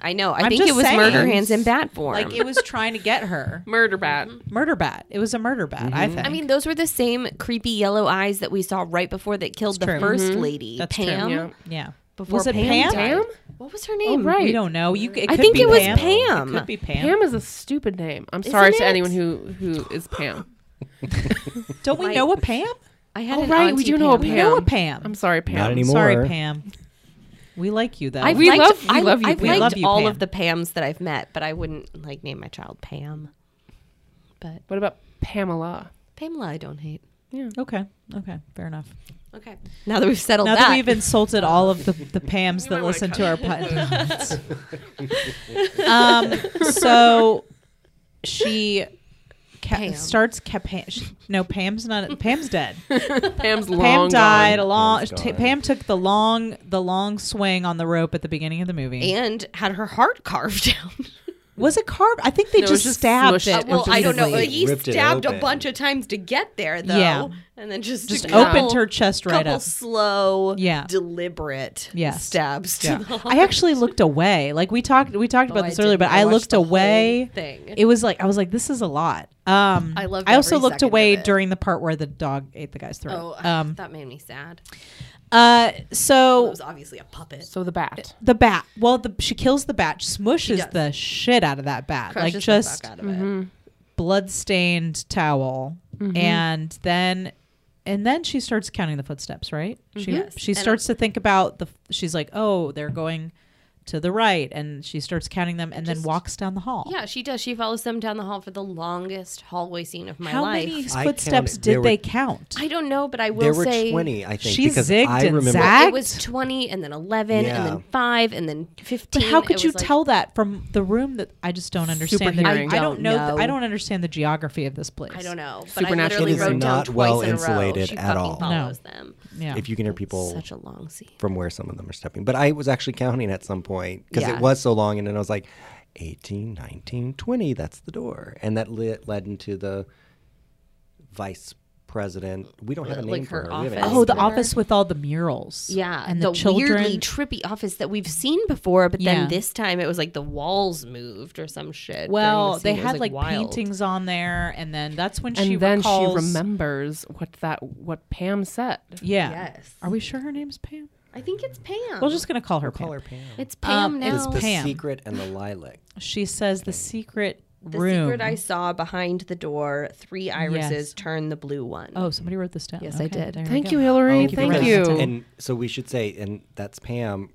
B: I know. I
A: I'm
B: think
A: just
B: it was
A: saying.
B: murder hands in bat form.
A: like it was trying to get her
C: Murder bat.
A: murder bat it was a murder bat i think
B: I mean, those were the same creepy yellow eyes that we saw right before that killed the
A: true.
B: 1st lady,
A: That's true.
B: Pam.
C: Yeah.
A: Yeah.
B: Before
A: was it
B: Pam
A: Pam?
B: died.
C: Pam?
B: What was her name?
C: right.
A: We don't know. You. c- It
B: I
A: could
B: think
A: be
B: it was
A: Pam.
B: Pam.
A: It could be Pam.
C: Pam is a stupid name. I'm sorry
B: Isn't
C: to
B: it?
C: anyone who who is Pam.
A: Don't we
B: Like-
A: know a Pam?
B: I had
C: Oh,
B: an
C: right, we
B: auntie
C: do know a
A: We
C: Pam.
A: know a Pam.
C: I'm sorry, Pam.
D: Not anymore.
A: Sorry, Pam. We like you though.
B: I've
C: We
B: liked,
C: love- we
B: I,
C: love you,
B: I've
C: Pam.
B: liked
A: We love you,
B: all
A: Pam.
B: of the Pams that I've met, but I wouldn't like name my child Pam. But
C: What about Pamela?
B: Pamela, I don't hate.
A: okay. Okay. Fair enough.
B: Okay. Now that we've settled
A: Now
B: that,
A: that we've insulted all of the, the Pams that listen to our podcast. um. So she Ca-
B: Pam.
A: starts Ca- Pam. she- No, Pam's not. Pam's dead.
C: Pam's long
A: Pam
C: gone.
A: died. A long.
D: Pam's
A: t-
D: gone.
A: Pam took the long, the long swing on the rope at the beginning of the movie.
B: and had her heart carved down.
A: was it carved? I think they
C: No, it was
A: just,
C: just
A: stabbed
C: smushed Uh,
A: it.
C: up.
B: well, I don't know.
A: repeatedly.
D: Ripped
B: He
D: it
B: stabbed a
D: open.
B: bunch of times to get there, though,
A: Yeah.
B: and then just
A: Just
B: a
A: opened
B: couple-
A: her chest right
B: couple
A: up.
B: slow,
A: Yeah.
B: deliberate
A: Yes.
B: stabs. To
A: Yeah.
B: the heart.
A: I actually looked away. Like we talked, we talked about
B: I
A: this earlier, but
B: didn't. I
A: I
B: watched
A: looked
B: the whole
A: away.
B: thing.
A: It was like I was like, this is a lot. Um,
B: I loved
A: I also
B: every
A: looked
B: second of
A: away
B: it.
A: during the part where the dog ate the guy's
B: Oh,
A: throat. um,
B: that made me sad.
A: uh,
B: It
A: so
B: was obviously a puppet.
C: So the bat.
A: the bat. Well, the, she kills the bat, smushes
B: does.
A: the shit out of that bat,
B: Crushes
A: like
B: the
A: just Mm-hmm.
B: fuck out of it.
A: blood-stained towel,
B: Mm-hmm.
A: and then. And then she starts counting the footsteps, right? She
B: Mm-hmm. Yes.
A: she
B: And I-
A: starts to think about the. She's like, oh, they're going to the right, and she starts counting them, and then walks down the hall.
B: Yeah, she does. She follows them down the hall for the longest hallway scene of my
A: How
B: life.
A: many
D: I
A: footsteps
D: counted.
A: did
D: There
A: they
D: were-
A: count?
B: I don't know, but I will
D: There were
B: say
D: 20, I think.
A: She
D: because
A: zigged
D: I
A: and
D: remember
A: zagged.
B: it was 20 and then 11
D: Yeah.
B: and then 5 and then 15.
A: but how could
B: It
A: you
B: was like-
A: tell that from the room that I just don't understand? The,
C: hearing.
A: I don't know.
B: I don't
A: I don't understand the geography of this place.
B: I don't know. But I
C: Supernatural
B: literally
C: is
B: wrote down
D: not
B: twice
D: well
B: in a row,
D: insulated
B: she
D: at
B: fucking
D: all. No.
B: follows them.
A: Yeah.
D: if you can hear people
B: Such a long scene.
D: from where some of them are stepping. But I was actually counting at some point because
B: Yeah.
D: it was so long. And then I was like, 18, 19, 20, that's the door. And that lit, led into the vice president. We don't have a name
B: Like
D: for
B: her
D: her. We have
B: office.
D: a name
A: oh, the
D: for her.
A: office with all the murals.
B: Yeah,
A: and the,
B: weirdly
A: children.
B: trippy office that we've seen before, but then
A: Yeah.
B: this time it was like the walls moved or some shit. during the
A: well,
B: scene.
A: they
B: It was,
A: had like,
B: wild.
A: paintings on there, and then that's when
C: And
A: she
C: then
A: recalls.
C: she remembers what that what Pam said.
A: Yeah.
B: Yes. Uh-huh.
A: Are we sure her name's Pam?
B: I think it's Pam.
A: We're just gonna call her Pam.
D: Call her Pam.
B: it's Pam
A: um,
B: now.
A: it's
D: The
A: Pam.
D: secret and the lilac.
A: She says the secret
B: The
A: room.
B: secret I saw behind the door, three irises turn the blue one.
A: oh, somebody wrote this down.
B: Yes, I
A: Okay,
B: did.
A: there
C: Thank
A: go.
C: you, Hillary.
A: for
C: Thank
A: writing
C: you.
A: that down.
D: And so we should say, and that's Pam.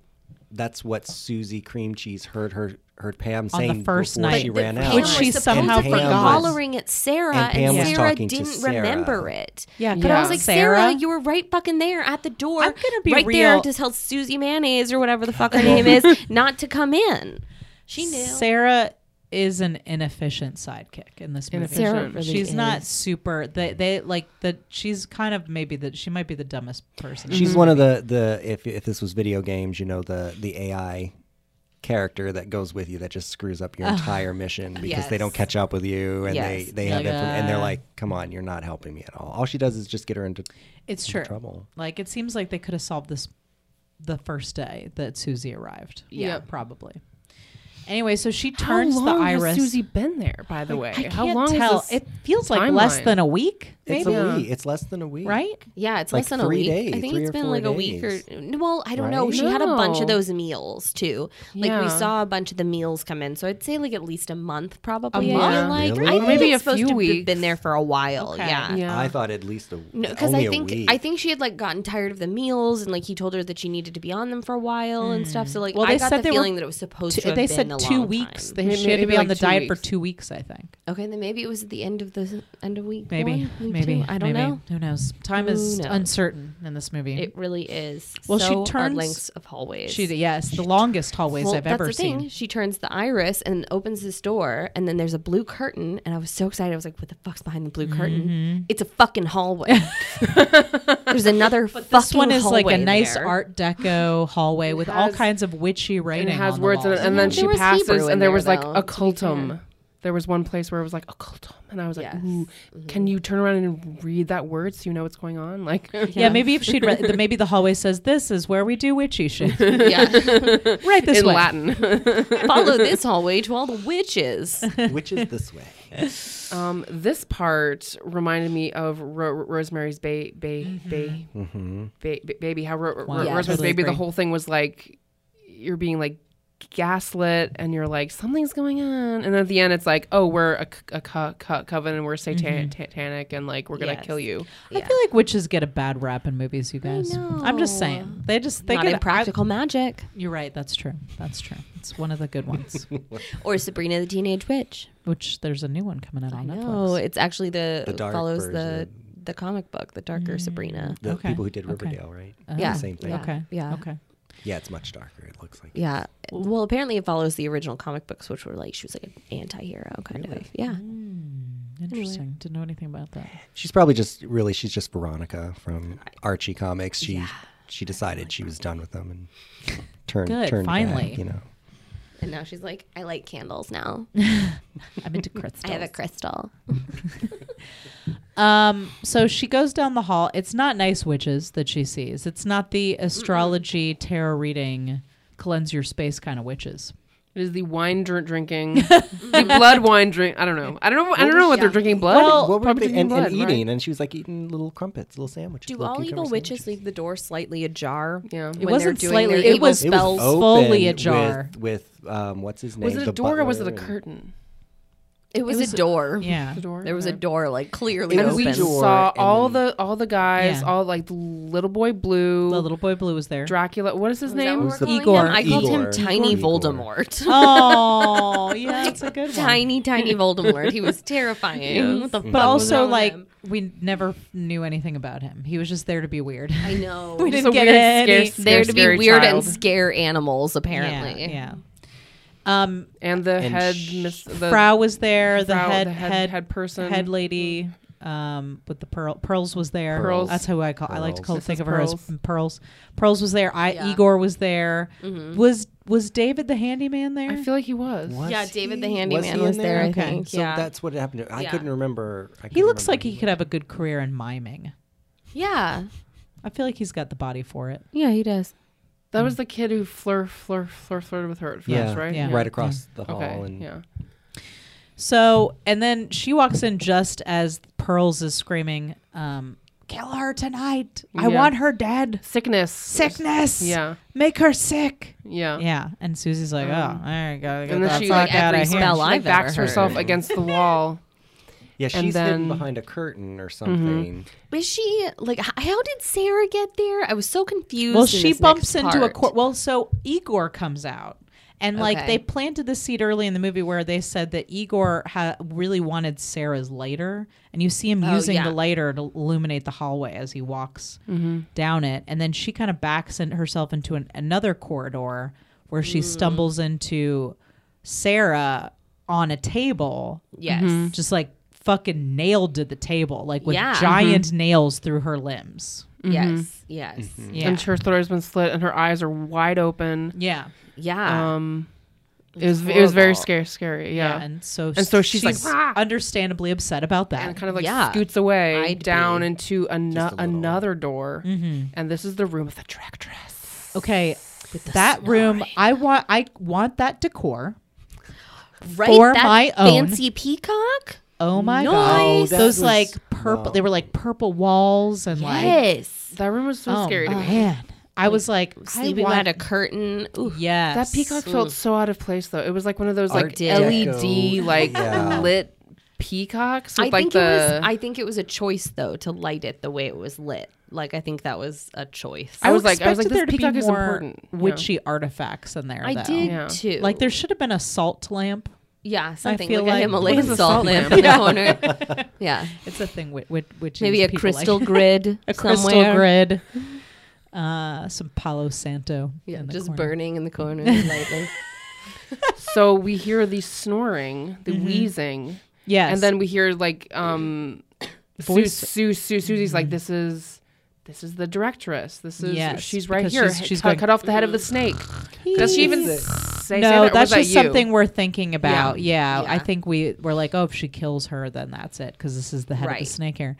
D: That's what Susie Cream Cheese heard her heard Pam
A: On the
D: saying
A: first
D: before
A: night.
D: she
B: But
D: ran
B: Pam
D: out,
A: Which
B: was
A: she
B: supposed
A: somehow
B: to be
A: forgot.
B: Hollering at Sarah,
D: And Pam
B: and,
D: was
B: Sarah
D: talking to
B: didn't
D: Sarah.
B: remember it.
A: Yeah,
B: but I was
C: Yeah.
B: like, Sarah,
A: Sarah?
B: you were right fucking there at the door.
A: I'm gonna be
B: right
A: real-
B: there to tell Susie Mayonnaise or whatever the fuck her name is not to come in. She knew.
A: Sarah is an inefficient sidekick in this movie.
C: Inefficient. Sarah
B: really
A: she's not
B: is.
A: super. They, they like the. She's kind of maybe the. She might be the dumbest person.
C: Mm-hmm.
D: She's one of the the if if this was video games, you know the the AI character that goes with you that just screws up your entire mission because they don't
B: Uh, Yes.
D: catch up with you and they
B: Yes.
D: they have
A: Like,
D: inform- and
A: uh,
D: they're like, come on, you're not helping me at all. All she does is just get her into
A: It's true.
D: trouble.
A: Like it seems like they could have solved this the first day that Susie arrived. Yeah,
C: Yep.
A: probably. Anyway, so she
C: How
A: turns
C: long
A: the iris.
C: has Susie been there, by the way?
A: I can't
C: How long
A: tell.
C: Is this
A: it feels like less
C: timeline?
A: than a week,
D: It's
A: maybe.
B: uh,
D: a week. It's less than a week,
A: Right?
B: Yeah, it's
D: Like
B: less than a
D: three
B: week. I
D: days,
B: think
D: three
B: it's
D: or
B: been
D: four
B: like a week or
D: days.
B: well, I don't know.
D: Right?
B: She had a bunch of
C: No.
B: those meals too. Like we
C: Yeah.
B: saw a bunch of the meals come in, so I'd say like at least a month probably.
A: A
B: I feel
C: month?
B: like
D: Really?
B: I
D: Or
B: think
C: maybe
B: it's
C: a
B: supposed
C: few
B: to
C: weeks.
B: have been there for a while.
A: Okay.
B: Yeah.
C: Yeah.
D: I thought at least a
B: No, because
D: only
B: I
D: a
B: think
D: week.
B: I think she had like gotten tired of the meals and like he told her that she needed to be on them for a while and stuff. So like
A: Well,
B: I
A: they
B: got
A: said
B: the
A: they were
B: feeling that it was supposed
A: Two-
B: to. Have
A: they
B: been
A: said
B: a
A: two
B: long
A: weeks.
B: time.
A: They,
C: Maybe-
A: she had to
C: maybe
A: be on
C: like
A: the
C: two
A: diet for
C: weeks.
A: two weeks, I think.
B: Okay, then maybe it was at the end of the end of week.
A: Maybe,
B: one, week
A: maybe.
B: two. I don't
A: maybe.
B: know.
A: Who knows? Time
B: Who
A: is
B: knows?
A: uncertain in this movie.
B: It really is.
A: Well, she
B: so are
A: turns-
B: lengths of hallways.
A: She yes, the longest hallways
B: Well,
A: I've ever
B: that's the thing.
A: seen.
B: She turns the iris and opens this door, and then there's a blue curtain. And I was so excited. I was like, "What the fuck's behind the blue
A: Mm-hmm.
B: curtain? It's a fucking hallway." there's another fucking
A: This one is like a
B: hallway
A: nice
B: there.
A: Art Deco hallway with all
C: has-
A: kinds of witchy
C: and
A: writing.
C: it has
A: on
C: words
A: the
C: in it,
A: walls.
C: and then
B: There
C: she
B: was
C: passes,
B: Hebrew in
C: and there was
B: there,
C: like
B: though, to
C: a
B: be
C: cultum. There was one place where it was like a cultum, and I was like,
B: Yes.
C: Ooh, "Can you turn around and read that word so you know what's going on?" Like,
A: yeah, maybe if she'd read, the- maybe the hallway says this is where we do witchy shit.
B: Yeah.
A: right this
C: in
A: way.
C: Latin.
B: Follow this hallway to all the witches.
D: which is this way.
C: um, this part reminded me of Ro- Rosemary's ba- ba- ba-
D: Mm-hmm.
C: ba- ba- Baby. How
A: Yeah,
C: Ro- Ro- Rosemary's
A: Mm-hmm. totally
C: Baby,
A: agree.
C: the whole thing was like you're being like gaslit, and you're like something's going on, and then at the end it's like, "Oh, we're a, c- a co- co- coven, and we're
A: Mm-hmm.
C: satan- satanic, and like we're gonna
B: Yes.
C: kill you."
A: I feel like witches get a bad rap in movies, you guys. I'm just
B: know.
A: saying. They just they
B: Not
A: get
B: in practical magic.
A: I- you're right. That's true. That's true. It's one of the good ones.
B: Or Sabrina the Teenage Witch.
A: which there's a new one coming out on Netflix.
B: No, it's actually the,
D: The dark
B: follows the
D: version.
B: the comic book, the
A: Mm.
B: darker Sabrina.
D: The
A: Okay.
D: people who did
A: Okay.
D: Riverdale, right?
B: Yeah.
D: Same thing.
B: Yeah.
A: Okay.
B: Yeah.
A: Oh, Okay.
D: Yeah, it's much darker. It looks like.
B: Yeah. Well, Mm-hmm. apparently it follows the original comic books, which were like she was like an anti-hero kind of. Yeah.
A: Hmm. Interesting. Didn't know anything about that.
D: She's probably just really she's just Veronica from Archie comics. She she decided she was done with them and turned
A: Good,
D: turned
A: finally.
D: back, you know.
B: And now she's like, I like candles now.
A: I'm into crystals.
B: I have a crystal.
A: Um, so she goes down the hall. It's not nice witches that she sees. It's not the astrology, tarot reading, cleanse your space kind of witches.
C: It is the wine dr- drinking, the blood wine drink. I don't know. I don't know. I don't know what they're drinking. Blood.
A: Well,
D: What would
C: probably
D: they,
C: drinking
D: and,
C: blood,
D: and
C: right?
D: eating, and she was like eating little crumpets, little sandwiches.
B: Do all
D: little cucumber
B: evil witches
D: sandwiches.
B: leave the door slightly ajar?
C: Yeah. It
B: when
A: wasn't
B: they're doing
A: slightly-
B: their
A: it
B: evil
A: was-
D: It
B: spells.
D: was
A: fully
D: open
A: ajar.
D: with, with um, what's his name?
C: was it a
D: The
C: door or was it a
D: butler and-
C: curtain?
B: It was, a door.
A: Yeah.
C: The door.
B: There was a
C: Okay.
B: door like clearly
D: It
C: And
D: was
C: we
D: a
B: open.
D: door.
C: saw
D: and
C: all
D: then-
C: the all the guys,
A: Yeah.
C: all like little boy blue,
A: The little boy blue was there.
C: Dracula. What is his
B: Is that
C: name?
B: what we're calling
A: Igor.
B: him? I called him
D: Igor.
B: Tiny
D: Igor.
B: Voldemort.
A: oh, yeah, that's a good one.
B: tiny, tiny Voldemort. He was terrifying. What the
C: Mm-hmm.
B: fuck
A: But
B: was wrong
A: also,
B: with
A: like,
B: him?
A: we never knew anything about him. He was just there to be weird.
B: I know.
A: we
C: Just
A: didn't
C: a
A: get
C: weird,
A: any.
C: scarce-
B: there to be
C: scary
B: weird and
C: child.
B: scare animals, apparently.
A: Yeah, yeah. Um,
C: and the
D: And
C: head
D: sh-
C: miss the
A: Frau was there. The,
C: Frau,
A: head,
C: the head-
A: head
C: head person. Mm-hmm.
A: head lady. Um, with the pearl pearls was there.
C: Pearls.
A: That's who I call. I like to call
C: Pearls.
A: think
C: Mrs.
A: of her as
C: Pearls.
A: pearls. Pearls was there. I
B: Yeah. Mm-hmm.
A: Igor was there. Was was David the handyman there?
C: I feel like he was.
D: Was
B: Yeah, David the
D: he-
B: handyman
D: he in
B: was there, I think,
D: So
B: yeah.
D: that's what happened. to- I
B: Yeah.
D: couldn't remember. I
A: he
D: couldn't
A: looks like
D: remember.
A: he could have a good career in miming.
B: Yeah.
A: I feel like he's got the body for it.
B: Yeah, he does.
C: That was the kid who flur flur flur flirted with her at first,
D: yeah,
C: right?
A: Yeah.
D: right across the hall.
C: Okay.
D: and
C: yeah.
A: So, and then she walks in just as Pearls is screaming, um, "Kill her tonight! I
C: Yeah.
A: want her dead.
C: Sickness.
A: Sickness.
C: Yeah.
A: make her sick."
C: Yeah. Uh-huh.
A: Yeah, and Susie's like, "Oh, all right, gotta get
C: And then
A: the
C: she
A: fuck
C: like
A: out
B: every
A: of
C: she
A: here."
B: spell
C: like
B: I've ever
C: backs
B: heard.
C: herself against the wall.
D: yeah,
C: And
D: she's
C: then-
D: hidden behind a curtain or something.
B: Was she like? h- How did Sarah get there? I was so confused.
A: Well,
B: in
A: she
B: this
A: bumps
B: next
A: into a
B: part.
A: court. Well, so Igor comes out. And like
B: Okay.
A: they planted the seed early in the movie where they said that Igor ha- really wanted Sarah's lighter, and you see him
B: Oh,
A: using
B: yeah. Mm-hmm.
A: the lighter to illuminate the hallway as he walks down it, and then she kind of backs in herself into an, another corridor where
B: Mm.
A: she stumbles into Sarah on a table,
B: Yes.
A: just like fucking nailed to the table, like with
B: Mm-hmm. Yeah. Mm-hmm.
A: giant nails through her limbs.
B: Yes. Yes.
A: Yeah,
C: And her throat has been slit, and her eyes are wide open.
A: yeah.
B: Yeah.
A: Uh,
C: Um, it was it was very
B: horrible.
C: scary, scary.
A: Yeah,
C: Yeah,
A: and so
C: And so she's like, "Ah!"
A: understandably upset about that.
C: and kind of like
B: Yeah.
C: scoots away
B: I'd
C: down
B: be.
C: into ano-
D: Just a little.
C: another door,
A: Mm-hmm.
C: and this is the room of the directress.
A: okay, that room, I want, I want that decor.
B: right.
A: for
B: that
A: my own-
B: fancy peacock.
A: Oh my
B: Nice.
A: god,
D: that
A: those
D: was-
A: like purple,
D: wow.
A: they were like purple walls and like,
B: Yes.
C: That room was so
A: oh
C: scary to me.
A: man, I was like, I
B: Sleeping
A: want,
B: behind a curtain. Ooh.
A: yes,
C: That peacock felt so out of place, though. It was like one of those like
D: Art
C: LED
D: Deco.
C: like
D: Yeah.
C: Uh, lit peacocks
B: I
C: with like
B: think
C: the.
B: it was. I think it was a choice though to light it the way it was lit. Like I think that was a choice.
C: I was like- I
A: expected
C: was like, this
A: there to
C: peacock
A: be
C: is
A: more
C: important. Yeah.
A: witchy artifacts in there.
B: I
A: though.
B: did
C: Yeah.
B: too.
A: Like there should have been a salt lamp.
B: Yeah, something
A: feel
B: like,
A: like-
B: a Himalayan
A: What is a
B: salt
C: salt
B: lamp in
C: lamp?
B: the corner. yeah.
A: It's a thing with which, which
B: Maybe a crystal grid
A: a crystal
B: somewhere.
A: grid, uh, some Palo Santo.
B: Yeah,
A: in the
B: just
A: corner.
B: burning in the corner lightly.
C: so we hear the snoring, the
A: Mm-hmm.
C: wheezing,
A: Yes,
C: and then we hear like um, Su-
A: Voice- Mm-hmm.
C: Su- Su- Susie's like, "This is." This is the directress. This is
A: Yes,
C: she's right
A: because
C: here.
A: she's- she's
C: cut,
A: going-
C: cut off the head of the snake. Does she even say, say
A: no,
C: that? or was
A: that's
C: that
A: just
C: you?
A: something we're thinking about. Yeah, I
B: Yeah.
A: think we were like, oh, if she kills her, then that's it because this is the head of the
B: Right.
A: snake here.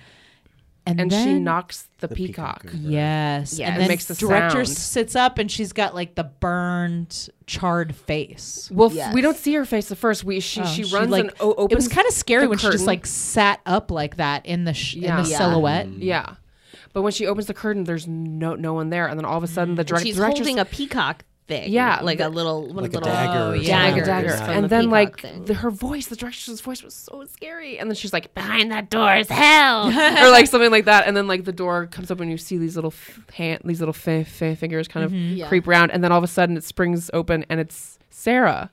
A: And,
C: And
A: then,
C: she knocks the,
D: peacock
C: peacock.
D: over.
A: Yes,
B: Yeah,
A: and
B: it
A: then
C: makes the
A: director
C: sound.
A: sits up and she's got like the burned, charred face.
C: Well, f-
B: Yes.
C: we don't see her face at first. We she
A: Oh,
C: she runs
A: like,
C: and o- opens.
A: It was kind of scary
C: the
A: when she just
C: curtain.
A: like sat up like that in the sh-
C: Yeah.
A: in the
B: Yeah.
A: silhouette.
C: yeah. But when she opens the curtain, there's no no one there, and then all of a sudden the direct-
B: Mm. She's
C: directress
B: holding a peacock thing.
C: Yeah,
B: like a
C: the-
B: little, one
D: Like a
B: little
D: dagger or
A: Oh,
D: something.
A: yeah.
B: dagger,
C: dagger,
D: Yeah.
B: from
C: and
B: the
C: then
B: peacock
C: like
B: thing.
C: the, her voice, the directress's voice was so scary, and then she's like behind that door is hell, or like something like that, and then like the door comes open, and you see these little f- hand, these little fa- fa- fingers kind of
B: Mm-hmm. Yeah.
C: creep around, and then all of a sudden it springs open, and it's Sarah.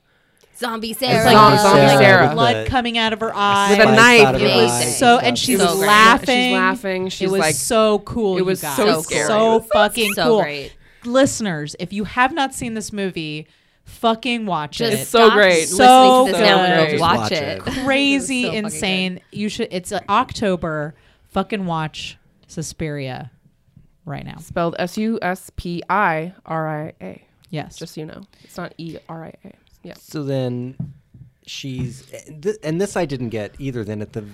B: zombie Sarah.
D: like
A: Like,
C: Zombie Sarah.
A: like,
C: Sarah.
A: the blood
D: With a-
A: coming out of her eye.
C: With a knife.
D: Out of
B: It
D: her
B: was
D: eye.
A: so, and she
B: So
A: was
B: great.
A: laughing.
C: She's laughing. She's
A: it was
C: like
A: so cool.
C: It was
A: you guys.
C: so
B: So scary.
A: so
B: cool.
A: fucking
B: So
A: cool.
B: great.
A: Listeners, if you have not seen this movie, Fucking watch
B: Just
A: it.
C: so
B: stop
C: great.
B: Listening
A: So
B: to this now and
A: good.
B: go
A: Just
B: watch,
D: watch
B: it.
D: it.
A: crazy,
B: It was so fucking
A: insane. You should. It's uh, October. Fucking watch Suspiria right now.
C: Spelled S U S P I R I A.
A: Yes.
C: Just so you know, it's not E R I A. Yeah.
D: So then she's th- and this I didn't get either then at the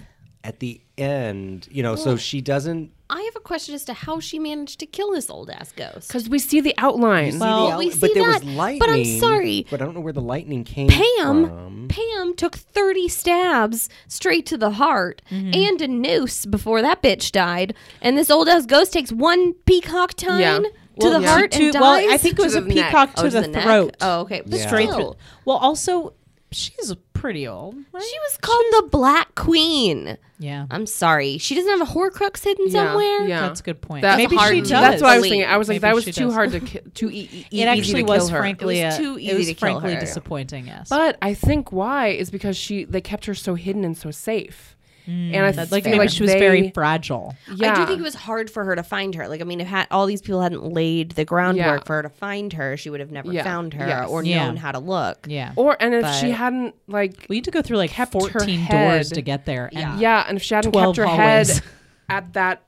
D: at the end, you know, so she doesn't
B: I have a question as to how she managed to kill this old ass ghost.
C: Because we see the outline.
A: Well-
D: see the
A: Well,
B: we
D: outline- but
B: see
D: there
B: that,
D: was
B: but I'm
D: lightning.
B: sorry.
D: But I don't know where the lightning came
B: Pam,
D: from.
B: Pam took 30 stabs straight to the heart
A: Mm-hmm.
B: and a noose before that bitch died. And this old ass ghost takes one peacock tine
C: Yeah.
B: to
C: Well,
B: the
C: yeah.
B: heart
A: To-
B: and dies.
A: well, I think it was
B: To
A: a
B: the neck.
A: peacock
B: Oh,
A: to the
B: neck?
A: throat.
B: Oh, okay. But
D: Yeah.
A: Straight
B: Straight
A: through-
B: still,
A: Well, also she's pretty old. Right?
B: she was called the Black Queen.
A: yeah.
B: I'm sorry. She doesn't have a horcrux hidden
C: Yeah,
B: somewhere.
C: yeah.
A: That's a good point.
C: That-
A: Maybe
B: hard
A: she
B: to
A: does.
C: That's what I was thinking. I was like,
A: Maybe
C: that was
A: she
C: too
A: does.
C: hard to ki- too e- e-
A: It
C: easy
A: actually
C: to
A: was
C: kill her.
A: frankly
B: It was
A: a-
B: too
A: it
B: easy
A: was
B: to kill
A: frankly
B: her.
A: disappointing. Yes,
C: But I think why is because she they kept her so hidden and so safe. and I th-
A: like
C: feel
A: maybe
C: like
A: Mm, she was
C: they-
A: very fragile.
C: Yeah.
B: I do think it was hard for her to find her. Like, I mean, if had, all these people hadn't laid the groundwork
C: Yeah.
B: for her to find her, she would have never
C: Yeah.
B: found her
C: Yes.
B: or
A: Yeah.
B: known how to look.
A: Yeah.
C: Or and if she
B: But-
C: hadn't like
A: we need to go through like
C: kept her
A: 14
C: head.
A: doors to get there. And
C: yeah, and if she hadn't kept
A: 12
C: her
A: hallways.
C: head at that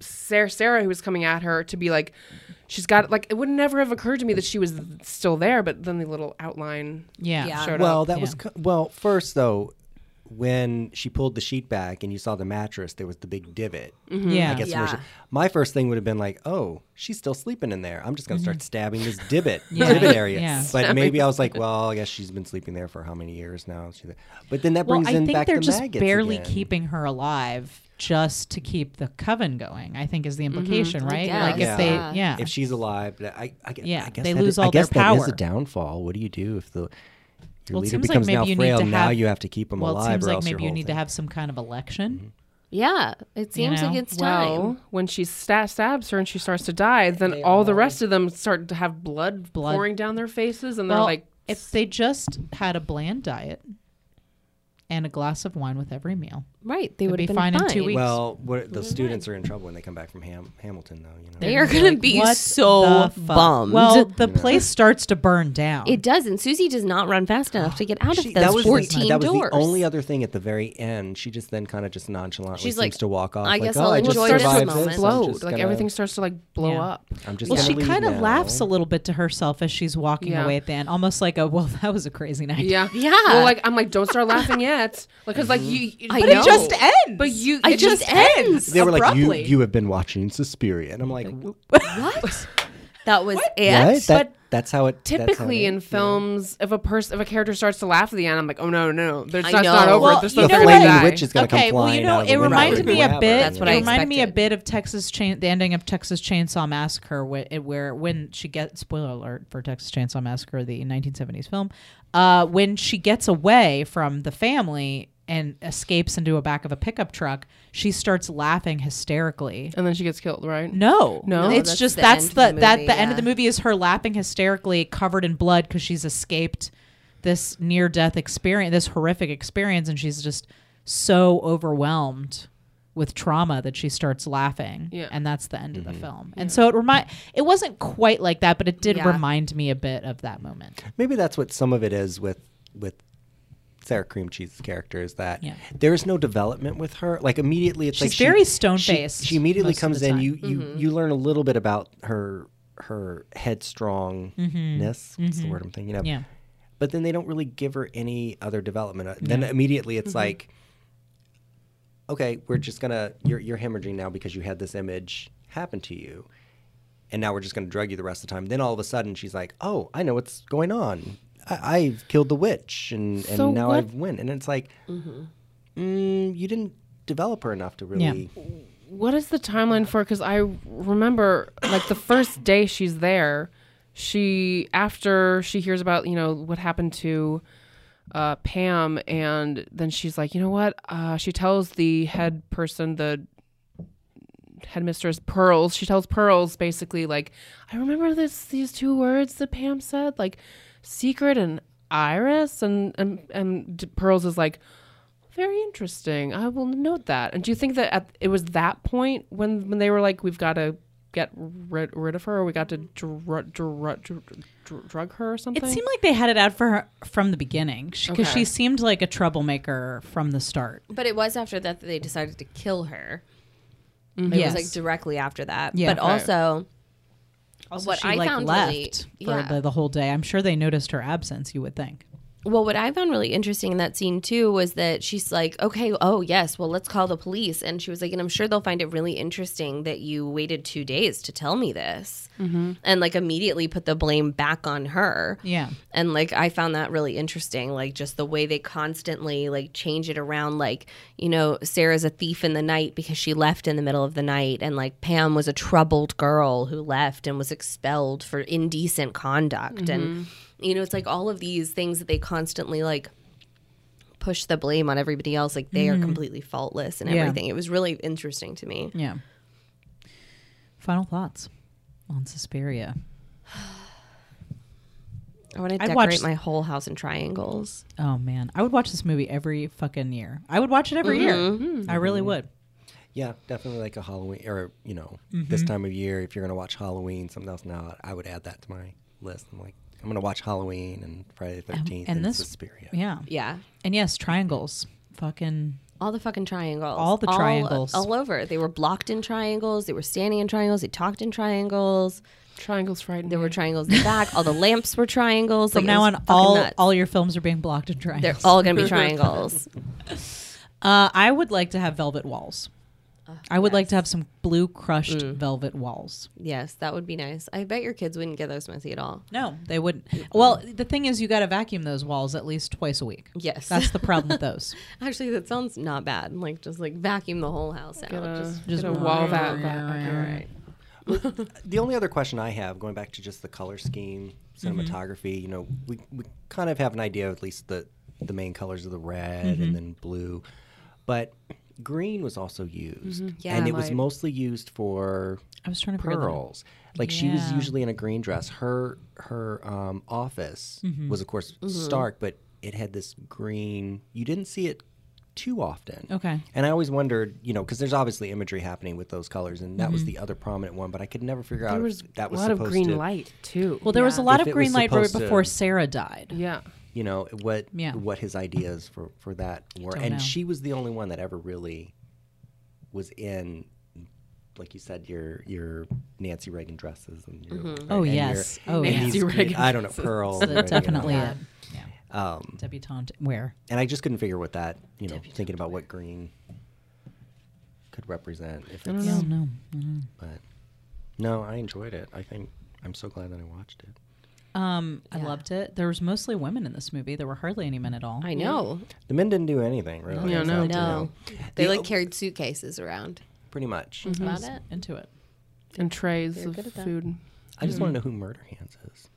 C: Sarah, Sarah who was coming at her to be like, she's got like it would never have occurred to me that she was still there. But then the little outline
A: Yeah.
B: Yeah.
C: showed
D: Well,
C: up.
D: that was co- well, first though, when she pulled the sheet back and you saw the mattress, there was the big divot.
A: Yeah.
D: I guess where she-
B: Yeah.
D: my first thing would have been like, oh, she's still sleeping in there. I'm just gonna start stabbing this divot,
A: Mm-hmm. Yeah.
D: divot area.
A: Yeah.
D: But maybe I was like, well, I guess she's been sleeping there for how many years now? She- But then that
A: Well,
D: brings
A: I
D: in
A: think
D: back
A: they're
D: the
A: just
D: maggots
A: barely
D: again.
A: keeping her alive just to keep the coven going. I think is the implication, right? Like if
D: guess.
A: they,
D: Yeah.
A: yeah,
D: If she's alive, that- I, I, gue-
A: Yeah,
D: I guess
A: they
D: that is-
A: lose
D: I
A: all their
D: guess that is
A: power.
D: a downfall. What do you do if the your
A: Well, it
D: leader
A: seems like
D: becomes
A: maybe
D: now
A: you need
D: frail?
A: to
D: now
A: have-
D: you have to keep him
A: well, it
D: alive,
A: seems
D: or
A: like
D: else your
A: maybe you
D: whole
A: need to
D: thing- Mm-hmm.
A: have some kind of election.
B: Yeah, it seems
A: know?
B: like it's time.
C: Well, when she sta- stabs her and she starts to die, then all the rest of them start to have blood,
A: Blood.
C: pouring down their faces, and
A: Well,
C: they're like,
A: if they just had a bland diet and a glass of wine with every meal,
B: right, they
A: would
B: would
A: be
B: have been
A: fine
B: fine,
A: in two weeks.
D: Well, what, the students are in trouble when they come back from Ham, Hamilton, though. You know,
B: They are
A: they're
B: gonna
A: like,
B: be
A: "What
B: so
A: the fuck?"
B: bummed.
A: Well, the place starts to burn down.
B: It doesn't. Susie does not run fast enough to get out of
D: She-
B: those
D: that was
B: fourteen
D: the, that
B: doors.
D: was the only other thing at the very end. She just then kind of just nonchalantly
B: She's
D: seems
B: like,
D: to walk off.
B: I
D: like,
B: guess
D: oh,
B: I'll
D: I just
B: enjoy
C: starts
B: this
C: to
D: survived
B: moment.
D: this. I'm
C: explode.
D: just
C: Like
D: gonna-
C: everything starts to like blow
A: Yeah.
C: up.
D: I'm just
A: well,
D: gonna
A: she
D: leave
A: kind of
D: now.
A: laughs a little bit to herself as she's walking
C: Yeah.
A: away at the end, almost like a "Well, that was a crazy night."
C: Yeah,
B: Yeah.
C: Well, like I'm like, don't start laughing yet, like because like you,
B: I But it know. just
A: ends.
C: But you,
B: It
C: it just,
B: just ends.
D: They were like, "You,
A: abruptly.
D: you have been watching Suspiria," and I'm like, "What?
B: What? That was
D: That,
B: it.
D: that's how it." that's how it
C: typically in
D: ends.
C: films, if a person, if a character starts to laugh at the end, I'm like, oh no, no, no, there's
B: I
C: not,
B: know.
C: not over.
A: Well,
C: They're
A: you
C: still
A: know
C: gonna
A: what?
C: die.
D: Witch is gonna come
A: okay, well, you
D: flying
A: know,
D: out of the
A: it
D: window
A: reminded
D: or
A: me a
D: whatever.
A: bit.
B: That's what
A: it
B: I
A: reminded me a
B: expected.
A: bit of Texas Chain, the ending of Texas Chainsaw Massacre, where, where when she gets spoiler alert for Texas Chainsaw Massacre, the 1970s film, uh, when she gets away from the family and escapes into a back of a pickup truck, she starts laughing hysterically.
C: And then she gets killed, right?
A: No,
C: No? No,
A: It's
B: that's
A: just
B: the
A: that's
B: end
A: the,
B: of the
A: that
B: movie,
A: the end of
B: yeah.
A: the movie is her laughing hysterically, covered in blood because she's escaped this near death experience, this horrific experience, and she's just so overwhelmed with trauma that she starts laughing.
C: Yeah.
A: and that's the end of the film. And so it remind it wasn't quite like that, but it did
B: Yeah.
A: remind me a bit of that moment.
D: Maybe that's what some of it is with with Sarah Cream Cheese's character is that
A: Yeah.
D: there is no development with her. Like immediately, it's like
A: She's
D: she-
A: very stone-faced
D: She, she immediately
A: most of
D: comes
A: the
D: in.
A: time.
D: You you you learn a little bit about her her headstrongness. What's the word I'm thinking of?
A: Mm-hmm. Yeah.
D: But then they don't really give her any other development. Uh, Then immediately
C: Mm-hmm.
D: it's like, okay, we're just gonna you're you're hemorrhaging now because you had this image happen to you and now we're just going to drug you the rest of the time. Then all of a sudden, she's like, "Oh, I know what's going on. I- I've killed the witch, and, and
C: So
D: now
C: what- Mm-hmm.
D: I've win." And it's like, mm, you didn't develop her enough to really.
C: What is the timeline for? Because I remember, like the first day she's there, she after she hears about you know what happened to uh, Pam, and then she's like, you know what? Uh, she tells the head person, the headmistress Pearls. She tells Pearls basically like, I remember this these two words that Pam said, like secret and iris, and and and D- Pearls is like. Very interesting. I will note that. And do you think that at, it was that point when when they were like, we've got to get rid, rid of her, or we got to dr- dr- dr- dr- drug her or something.
A: It seemed like they had it out for her from the beginning because
C: Okay.
A: she seemed like a troublemaker from the start.
B: But it was after that that they decided to kill her. It
A: Yes.
B: was like directly after that.
A: Yeah.
B: but
A: Right.
B: also,
A: Also,
B: what
A: she
B: I
A: like
B: found
A: left
B: really-
A: for
B: yeah.
A: the, the whole day. I'm sure they noticed her absence. You would think.
B: well, what I found really interesting in that scene too was that she's like, okay, oh, yes, well, let's call the police. And she was like, and I'm sure they'll find it really interesting that you waited two days to tell me this and like immediately put the blame back on her.
A: Yeah.
B: and like i found that really interesting like just the way they constantly like change it around like you know sarah's a thief in the night because she left in the middle of the night and like pam was a troubled girl who left and was expelled for indecent conduct and you know it's like all of these things that they constantly like push the blame on everybody else like they are completely faultless and
A: Mm-hmm. Yeah.
B: everything it was really interesting to me
A: Yeah. Final thoughts on Suspiria.
B: i want to
A: I
B: decorate
A: watched-
B: my whole house in triangles
A: Oh man, I would watch this movie every fucking year. I would watch it every
B: Mm-hmm.
A: year. I really would.
D: Yeah, definitely like a Halloween or you know
A: Mm-hmm.
D: this time of year. If you're gonna watch Halloween, something else now, I would add that to my list. I'm like, I'm gonna watch Halloween and Friday the Thirteenth
A: Oh, and
D: and,
A: this-
D: Suspiria.
A: Yeah.
B: yeah
A: And yes, triangles. Fucking
B: All the fucking triangles.
A: All the triangles.
B: All over. They were blocked in triangles. They were standing in triangles. They talked in triangles.
C: Triangles frightened.
B: There were
C: me.
B: triangles in the back. All the lamps were triangles.
A: from
B: Like, it
A: now
B: was
A: on,
B: fucking
A: all
B: nuts.
A: all your films are being blocked in
B: they're
A: triangles.
B: all gonna be triangles.
A: uh, I would like to have velvet walls. I would like to have some blue crushed
B: Mm.
A: velvet walls.
B: yes, that would be nice. I bet your kids wouldn't get those messy at all.
A: No, they wouldn't. Well, the thing is, you got to vacuum those walls at least twice a week.
B: Yes.
A: that's the problem with those.
B: Actually, that sounds not bad. Like just like vacuum the whole house out.
C: Get a,
B: Just
A: just
C: get a wall of that.
B: all right.
D: The only other question I have, going back to just the color scheme,
A: Mm-hmm.
D: cinematography, you know, we, we kind of have an idea of at least the, the main colors of the red
A: Mm-hmm.
D: and then blue. But green was also used.
A: Mm-hmm.
B: Yeah,
D: and it was
B: right.
D: mostly used for
A: I was trying to figure that out.
D: pearls. Like she was
A: Yeah.
D: usually in a green dress. Her her um, office
A: Mm-hmm.
D: was of course
C: Mm-hmm.
D: stark, but it had this green you didn't see it too often.
A: Okay.
D: And I always wondered, you know, because there's obviously imagery happening with those colors, and that was
A: Mm-hmm.
D: the other prominent one, but I could never figure out
C: There was
D: if that
C: a
D: was
C: lot of
D: supposed
C: green
D: to,
C: light too.
A: Well, there was a lot
D: If
A: of
D: it
A: green
D: was
A: light right
D: supposed to-
A: before Sarah died.
C: yeah.
D: you know what
A: Yeah.
D: what his ideas for for that were
A: Don't
D: and
A: know.
D: she was the only one that ever really was in like you said your your Nancy Reagan dresses and your
A: Oh,
D: and your-
A: yes. Oh,
D: and
A: yes.
D: these-
C: Mm-hmm. Nancy Reagan
D: I don't know pearl
A: So
D: and Reagan,
A: that's definitely
D: and,
A: it. Yeah.
D: Um,
A: Debutante wear.
D: and I just couldn't figure what that you know thinking about what green could represent if it's
A: Yeah, no.
D: but no I enjoyed it I think I'm so glad that I watched it
A: Um, I loved it. There was mostly women in this movie. There were hardly any men at all.
B: I know.
D: the men didn't do anything really
C: No,
D: It's
C: no.
D: not, you
B: No, they
D: The-
B: like carried suitcases around.
D: pretty much
C: Mm-hmm.
B: About it.
A: Into it.
C: And trays of
B: good at that.
C: food.
D: I
A: Mm-hmm.
D: just want to know who Murder Hands is.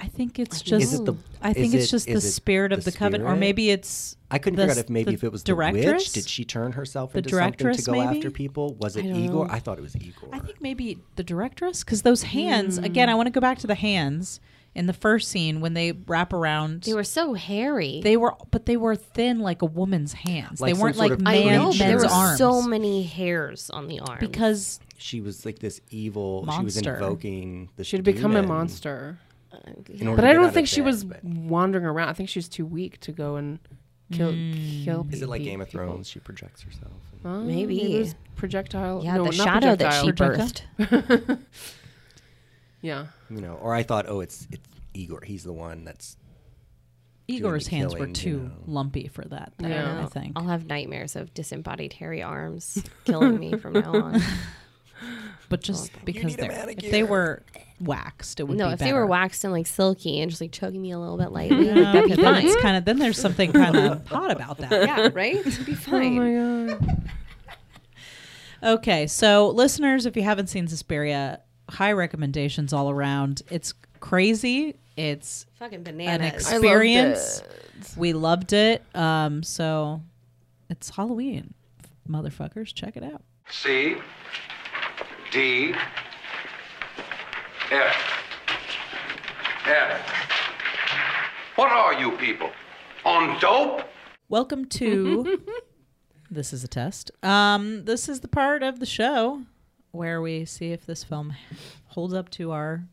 A: I think it's
D: Is
A: just.
D: it the-
A: I
D: is
A: think it's
D: it-
A: just the
D: is it
A: spirit of the
D: the
A: covenant, or
D: spirit?
A: maybe it's.
D: I couldn't
A: the
D: figure out
A: s-
D: if maybe
A: the
D: if it was the
A: directress?
D: witch. Did she turn herself
A: The
D: into something to
A: directress,
D: go
A: maybe?
D: after people? Was it Igor? I thought it was Igor.
A: I think maybe the directress, because those hands. Again,
B: Hmm.
A: I want to go back to the hands in the first scene when they wrap around.
B: They were so hairy.
A: They were, but they were thin like a woman's hands.
D: Like
A: they
D: some
A: weren't
D: sort
A: like
D: of
A: man,
D: creature.
B: there
A: men's
B: were
A: arms.
B: so many hairs on the arm.
A: because
D: she was like this evil. She was
A: Monster.
D: invoking. This
C: She'd become a
D: demon
C: monster.
D: in order
C: But
D: to get
C: I
D: out
C: don't
D: of
C: think she
D: bed,
C: was
D: but-
C: wandering around. I think she's too weak to go and kill kill people.
D: Is it like Game of Thrones? She projects herself. and-
B: Maybe.
C: It was projectile.
B: yeah,
C: no,
B: the
C: not
B: shadow that
C: projectile.
B: she
A: Projectile?
B: birthed.
C: Yeah.
D: you know, or I thought, oh, it's it's Igor. He's the one that's.
A: Igor's
D: the
A: hands were
D: killing,
A: too
D: you know.
A: lumpy for that. Though,
C: Yeah.
A: I think.
B: I'll have nightmares of disembodied hairy arms killing me from now on.
A: but just because
D: need a
A: they're, if they
D: manicure.
A: were waxed, it would
B: No,
A: be
B: if they were
A: better.
B: waxed and like silky and just like choking me a little bit lightly,
A: Yeah,
B: that'd be
A: 'cause then
B: fine.
A: it's kind of then there's something kind of hot about that.
B: yeah, right? It'd be fine.
A: Okay, so listeners, if you haven't seen Suspiria, high recommendations all around. It's crazy. It's
B: Fucking
A: an
B: bananas.
C: I loved
A: experience. We loved it. Um, so it's Halloween, motherfuckers. Check it out.
E: C, D, F, F. What are you people? On dope?
A: Welcome to. this is a test. Um, this is the part of the show where we see if this film holds up to our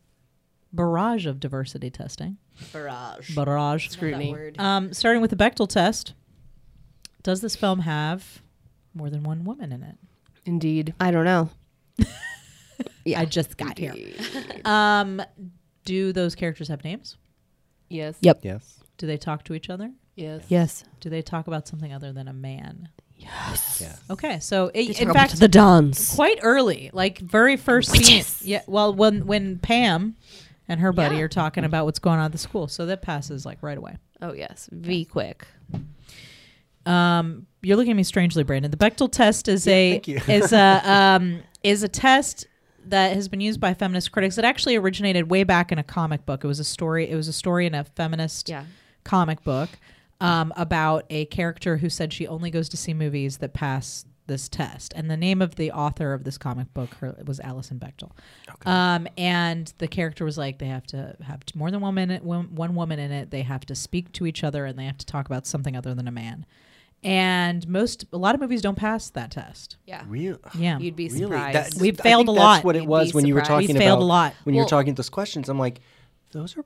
A: barrage of diversity testing.
B: Barrage.
A: Barrage.
C: Scrutiny.
B: word.
A: Um, starting with the Bechtel test, does this film have more than one woman in it?
C: Indeed.
B: I don't know.
A: I just got here. Um, do those characters have names?
C: Yes.
B: Yep.
D: Yes.
A: Do they talk to each other?
C: Yes.
B: Yes.
A: Do they talk about something other than a man?
D: Yes.
A: Okay, so it,
B: Talk
A: in
B: about
A: fact,
B: the Dons.
A: quite early, like very first scene. Yeah, well, when when Pam and her buddy are talking about what's going on at the school, so that passes like right away.
B: Oh yes, V quick.
A: Um, you're looking at me strangely, Brandon. The Bechtel test is a is a um, is a test that has been used by feminist critics. It actually originated way back in a comic book. It was a story. It was a story in a feminist
B: Yeah.
A: comic book um, about a character who said she only goes to see movies that pass this test. And the name of the author of this comic book her, was Alison Bechtel. Um, and the character was like, they have to have t- more than one, minute, one, one woman in it. They have to speak to each other and they have to talk about something other than a man. And most, a lot of movies don't pass that test.
B: Yeah.
D: Real.
A: Yeah.
B: You'd be
D: Really?
B: surprised.
D: That-
A: We
D: I think
A: failed a lot.
D: That's what it
B: You'd
D: was
B: be
D: when you were
B: surprised.
D: talking
A: We
D: about
A: failed a lot.
D: when you
B: Well-
D: were talking those questions. I'm like, those are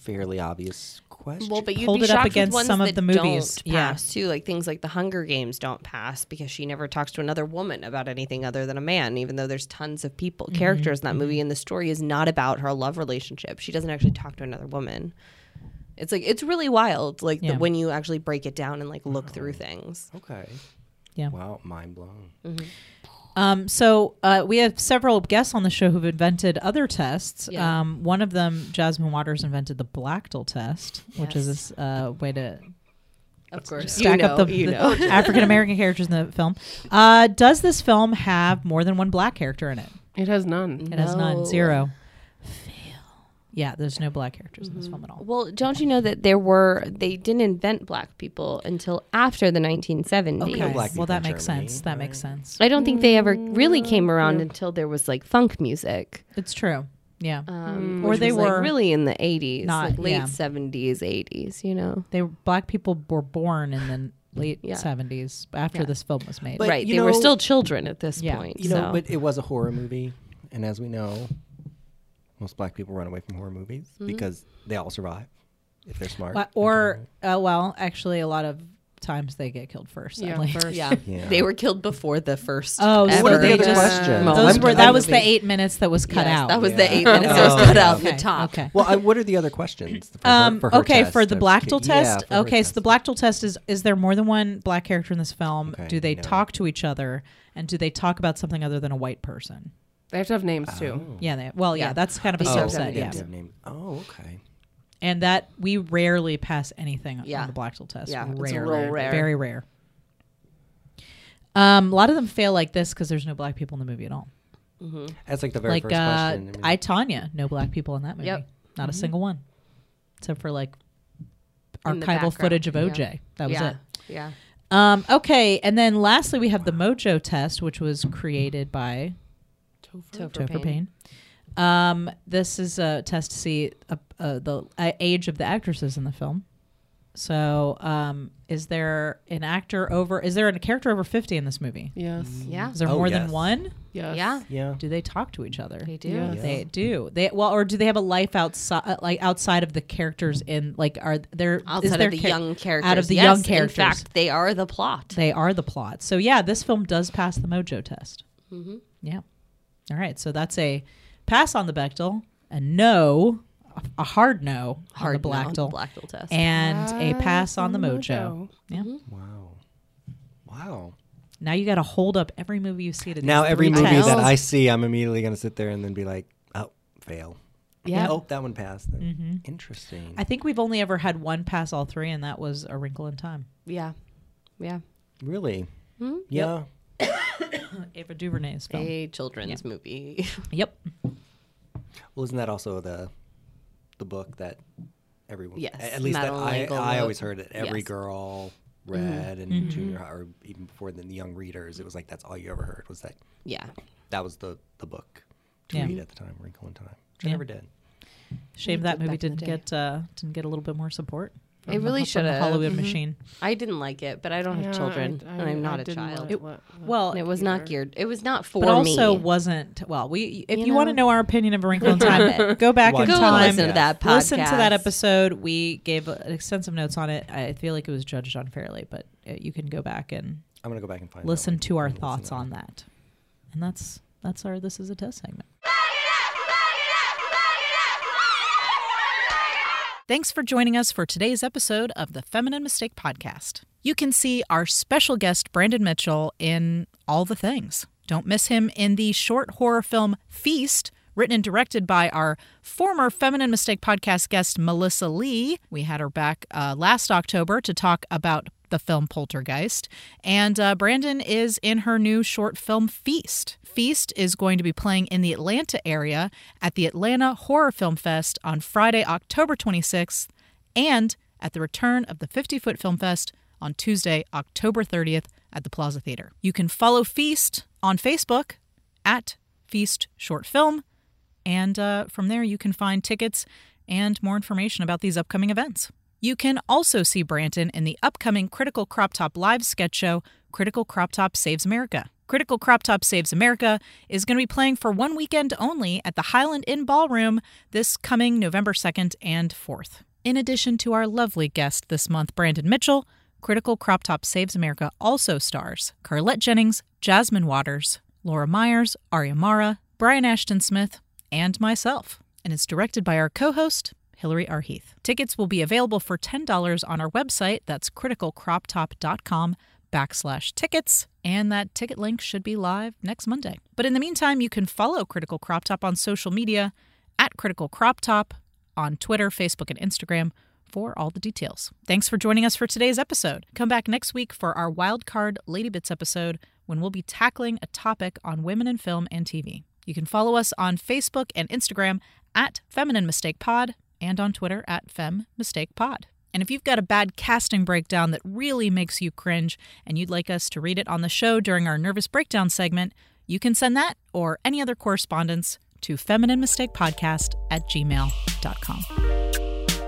D: fairly obvious questions.
B: well, but you'd
A: Hold
B: be
A: it up
B: shocked
A: against
B: with ones
A: some of
B: that
A: the movies.
B: Don't
A: Yeah.
B: pass too, like things like The Hunger Games don't pass because she never talks to another woman about anything other than a man, even though there's tons of people
A: Mm-hmm.
B: characters in that movie, and the story is not about her love relationship. She doesn't actually talk to another woman. It's like it's really wild, like the,
A: Yeah. Oh.
B: when you actually break it down and like look through things.
D: okay.
A: Yeah.
D: Wow, mind blown.
A: Um, so uh, we have several guests on the show who've invented other tests.
B: Yeah.
A: Um, one of them, Jasmine Waters, invented the Blacktel test, which is this uh, way to
B: Of course,
A: stack up the, African American characters in the film. Uh, does this film have more than one black character in it?
C: It has none.
A: It has
B: No.
A: none, zero. Yeah, there's no black characters in this film at all.
B: Well, don't you know that there were they didn't invent black people until after the 1970s.
A: Okay,
D: black people
A: well that
D: in
A: makes
D: Germany,
A: sense. That makes sense.
B: I don't think they ever really
A: Mm,
B: came around until there was like funk music,
A: It's true. Yeah,
B: um,
A: Mm. Or
B: which
A: they
B: was, like,
A: were
B: really in the 80s,
A: not-
B: like late
A: yeah.
B: 70s, 80s. You know,
A: they were, black people were born in the late
B: Yeah.
A: '70s after this film was made.
D: But,
B: right?
D: you
B: They were
D: know-
B: still children at this
A: Yeah.
B: point.
D: You know,
B: so.
D: but it was a horror movie, and as we know, most black people run away from horror movies because they all survive if they're smart.
A: Well, Mm-hmm. or uh, well, actually, a lot of times they get killed first.
C: Yeah,
A: sadly.
C: first.
B: yeah.
D: Yeah.
B: they were killed before the first.
A: Oh, so
B: ever
D: What are the
A: they
D: other
A: just-
D: questions?
B: Those
A: Those
B: I'm-
A: were that
B: I'm
A: was the
B: moving.
A: eight minutes that was cut
B: Yes,
A: out.
B: that was the
D: Yeah.
B: eight minutes that was
D: Oh,
B: cut out in the
A: Okay,
B: top.
A: Okay.
D: Well, I, what are the other questions? For her-
A: Um,
D: for her
A: okay,
D: test?
A: for the
D: I was
A: Blacktel
D: cu- yeah,
A: test.
D: for her
A: okay, so the
D: test.
A: Blacktel test is is there more than one black character in this film?
D: Okay,
A: do they
D: no.
A: talk to each other and do they talk about something other than a white person?
C: They have to have names too.
A: Yeah, they, well, yeah,
B: Yeah.
A: that's kind of a
D: Oh,
A: subset,
D: they
A: yeah.
D: didn't have names. Oh, okay.
A: And that we rarely pass anything
B: Yeah.
A: on the Blacktel test.
B: Yeah, it's
A: rare,
B: real rare.
A: very rare. Um, a lot of them fail like this because there's no black people in the movie at all.
D: That's like the very
A: like
D: first
A: uh,
D: question. mean,
A: I, Tanya, no black people in that movie.
B: Yep. Mm-hmm.
A: Not a single one, except for like
B: In
A: archival
B: the background,
A: footage of
B: yeah.
A: OJ. That was
B: yeah.
A: it.
B: Yeah.
A: Um, okay, and then lastly we have the Mojo test, which was created by Topher Payne. Um, this is a test to see uh, uh, the uh, age of the actresses in the film. So, um, is there an actor over? Is there a character over fifty in this movie?
C: Yes.
B: Yeah.
A: Is there
D: Oh,
A: more
D: yes.
A: than one?
C: Yes.
B: Yeah.
D: yeah.
A: Do they talk to each other?
B: They do.
C: Yeah.
A: They do. They well, or do they have a life outside, like outside of the characters in, like are there is
B: Outside
A: there
B: of the
A: char-
B: young characters.
A: out of the
B: Yes,
A: young characters?
B: In fact, they are the plot.
A: they are the plot. So yeah, this film does pass the mojo test.
B: Mm-hmm.
A: Yeah. All right. So that's a pass on the Bechtel, a no, a- a hard no
B: Hard
A: on the Blacktel,
B: no, Blacktel test.
A: and a pass on the mojo.
C: Mojo.
A: Yeah.
B: Mm-hmm.
D: Wow. Wow.
A: Now you got to hold up every movie you see to these
D: Now every
A: three
D: movie
A: tests.
D: that I see, I'm immediately going to sit there and then be like, oh, fail.
A: Yeah. Mm-hmm.
D: Oh, that one passed. Interesting.
A: I think we've only ever had one pass all three, and that was A Wrinkle in Time.
B: Yeah. Yeah.
D: really?
A: Hmm?
D: Yeah.
A: Ava DuVernay's film.
B: A children's movie.
A: Yep.
D: Well, isn't that also the the book that everyone?
B: Yes,
D: At least that
B: Madeline
D: I,
B: Langle
D: I
B: wrote-
D: always heard that every
B: yes. Mm-hmm.
D: girl read in
A: Mm-hmm.
D: junior high, or even before then, the young readers. It was like that's all you ever heard was that
B: yeah.
D: that was the the book to
A: Yeah.
D: read at the time, Wrinkle in Time, which
A: Yeah.
D: I never did.
A: Shame that movie
B: back in the
A: didn't
B: day.
A: get uh, didn't get a little bit more support.
B: It really
A: from
B: should
A: the Hollywood
B: have. Mm-hmm.
A: machine.
B: I didn't like it, but I don't have children, and I'm not
C: a
B: a child.
C: It,
B: It,
C: what, what-
A: Well,
B: it was not geared. It was not for
A: but also
B: me.
A: wasn't well. We if you, want to know our opinion of A Wrinkle in Time, go back in
D: Watch
B: Go
D: it.
A: time.
B: listen to that podcast.
A: Listen to that episode. We gave uh, extensive notes on it. I feel like it was judged unfairly, but uh, you can go back and
D: I'm gonna go back and find. that
A: listen
D: one.
A: to our
D: Listen
A: thoughts
D: that one.
A: on that. And that's that's our this is a test segment. Thanks for joining us for today's episode of the Feminine Mistake Podcast. You can see our special guest, Brandon Mitchell, in all the things. Don't miss him in the short horror film Feast, written and directed by our former Feminine Mistake Podcast guest, Melissa Lee. We had her back uh, last October to talk about the film Poltergeist. And uh, Brandon is in her new short film Feast. Feast is going to be playing in the Atlanta area at the Atlanta Horror Film Fest on Friday, October 26th, and at the return of the 50 Foot Film Fest on Tuesday, October 30th at the Plaza Theater. You can follow Feast on Facebook at Feast Short Film. And uh, from there, you can find tickets and more information about these upcoming events. You can also see Branton in the upcoming Critical Crop Top live sketch show, Critical Crop Top Saves America. Critical Crop Top Saves America is going to be playing for one weekend only at the Highland Inn Ballroom this coming November 2nd and 4th. In addition to our lovely guest this month, Brandon Mitchell, Critical Crop Top Saves America also stars Carlette Jennings, Jasmine Waters, Laura Myers, Arya Mara, Brian Ashton Smith, and myself. And it's directed by our co host, Hillary R. Heath. Tickets will be available for $10 on our website. That's criticalcroptop.com backslash tickets. And that ticket link should be live next Monday. But in the meantime, you can follow Critical Crop Top on social media at Critical Crop Top on Twitter, Facebook, and Instagram for all the details. Thanks for joining us for today's episode. Come back next week for our Wildcard Lady Bits episode when we'll be tackling a topic on women in film and TV. You can follow us on Facebook and Instagram at Feminine Mistake Pod and on Twitter at Fem Mistake Pod. And if you've got a bad casting breakdown that really makes you cringe and you'd like us to read it on the show during our Nervous Breakdown segment, you can send that or any other correspondence to femininemistakepodcast at gmail.com.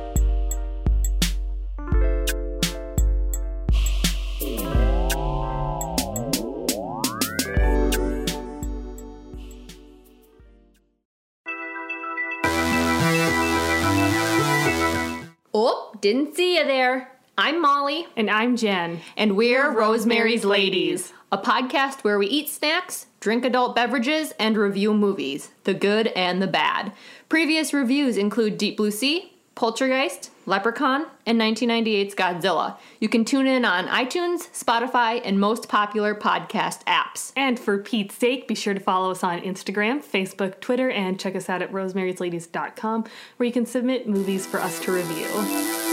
H: Oh, didn't see you there. I'm Molly,
I: And I'm Jen.
H: and we're Rosemary's Ladies, a podcast where we eat snacks, drink adult beverages, and review movies, the good and the bad. Previous reviews include Deep Blue Sea, Poltergeist, Leprechaun, and 1998's Godzilla. You can tune in on iTunes, Spotify, and most popular podcast apps.
I: And for Pete's sake, be sure to follow us on Instagram, Facebook, Twitter, and check us out at rosemarysladies.com where you can submit movies for us to review.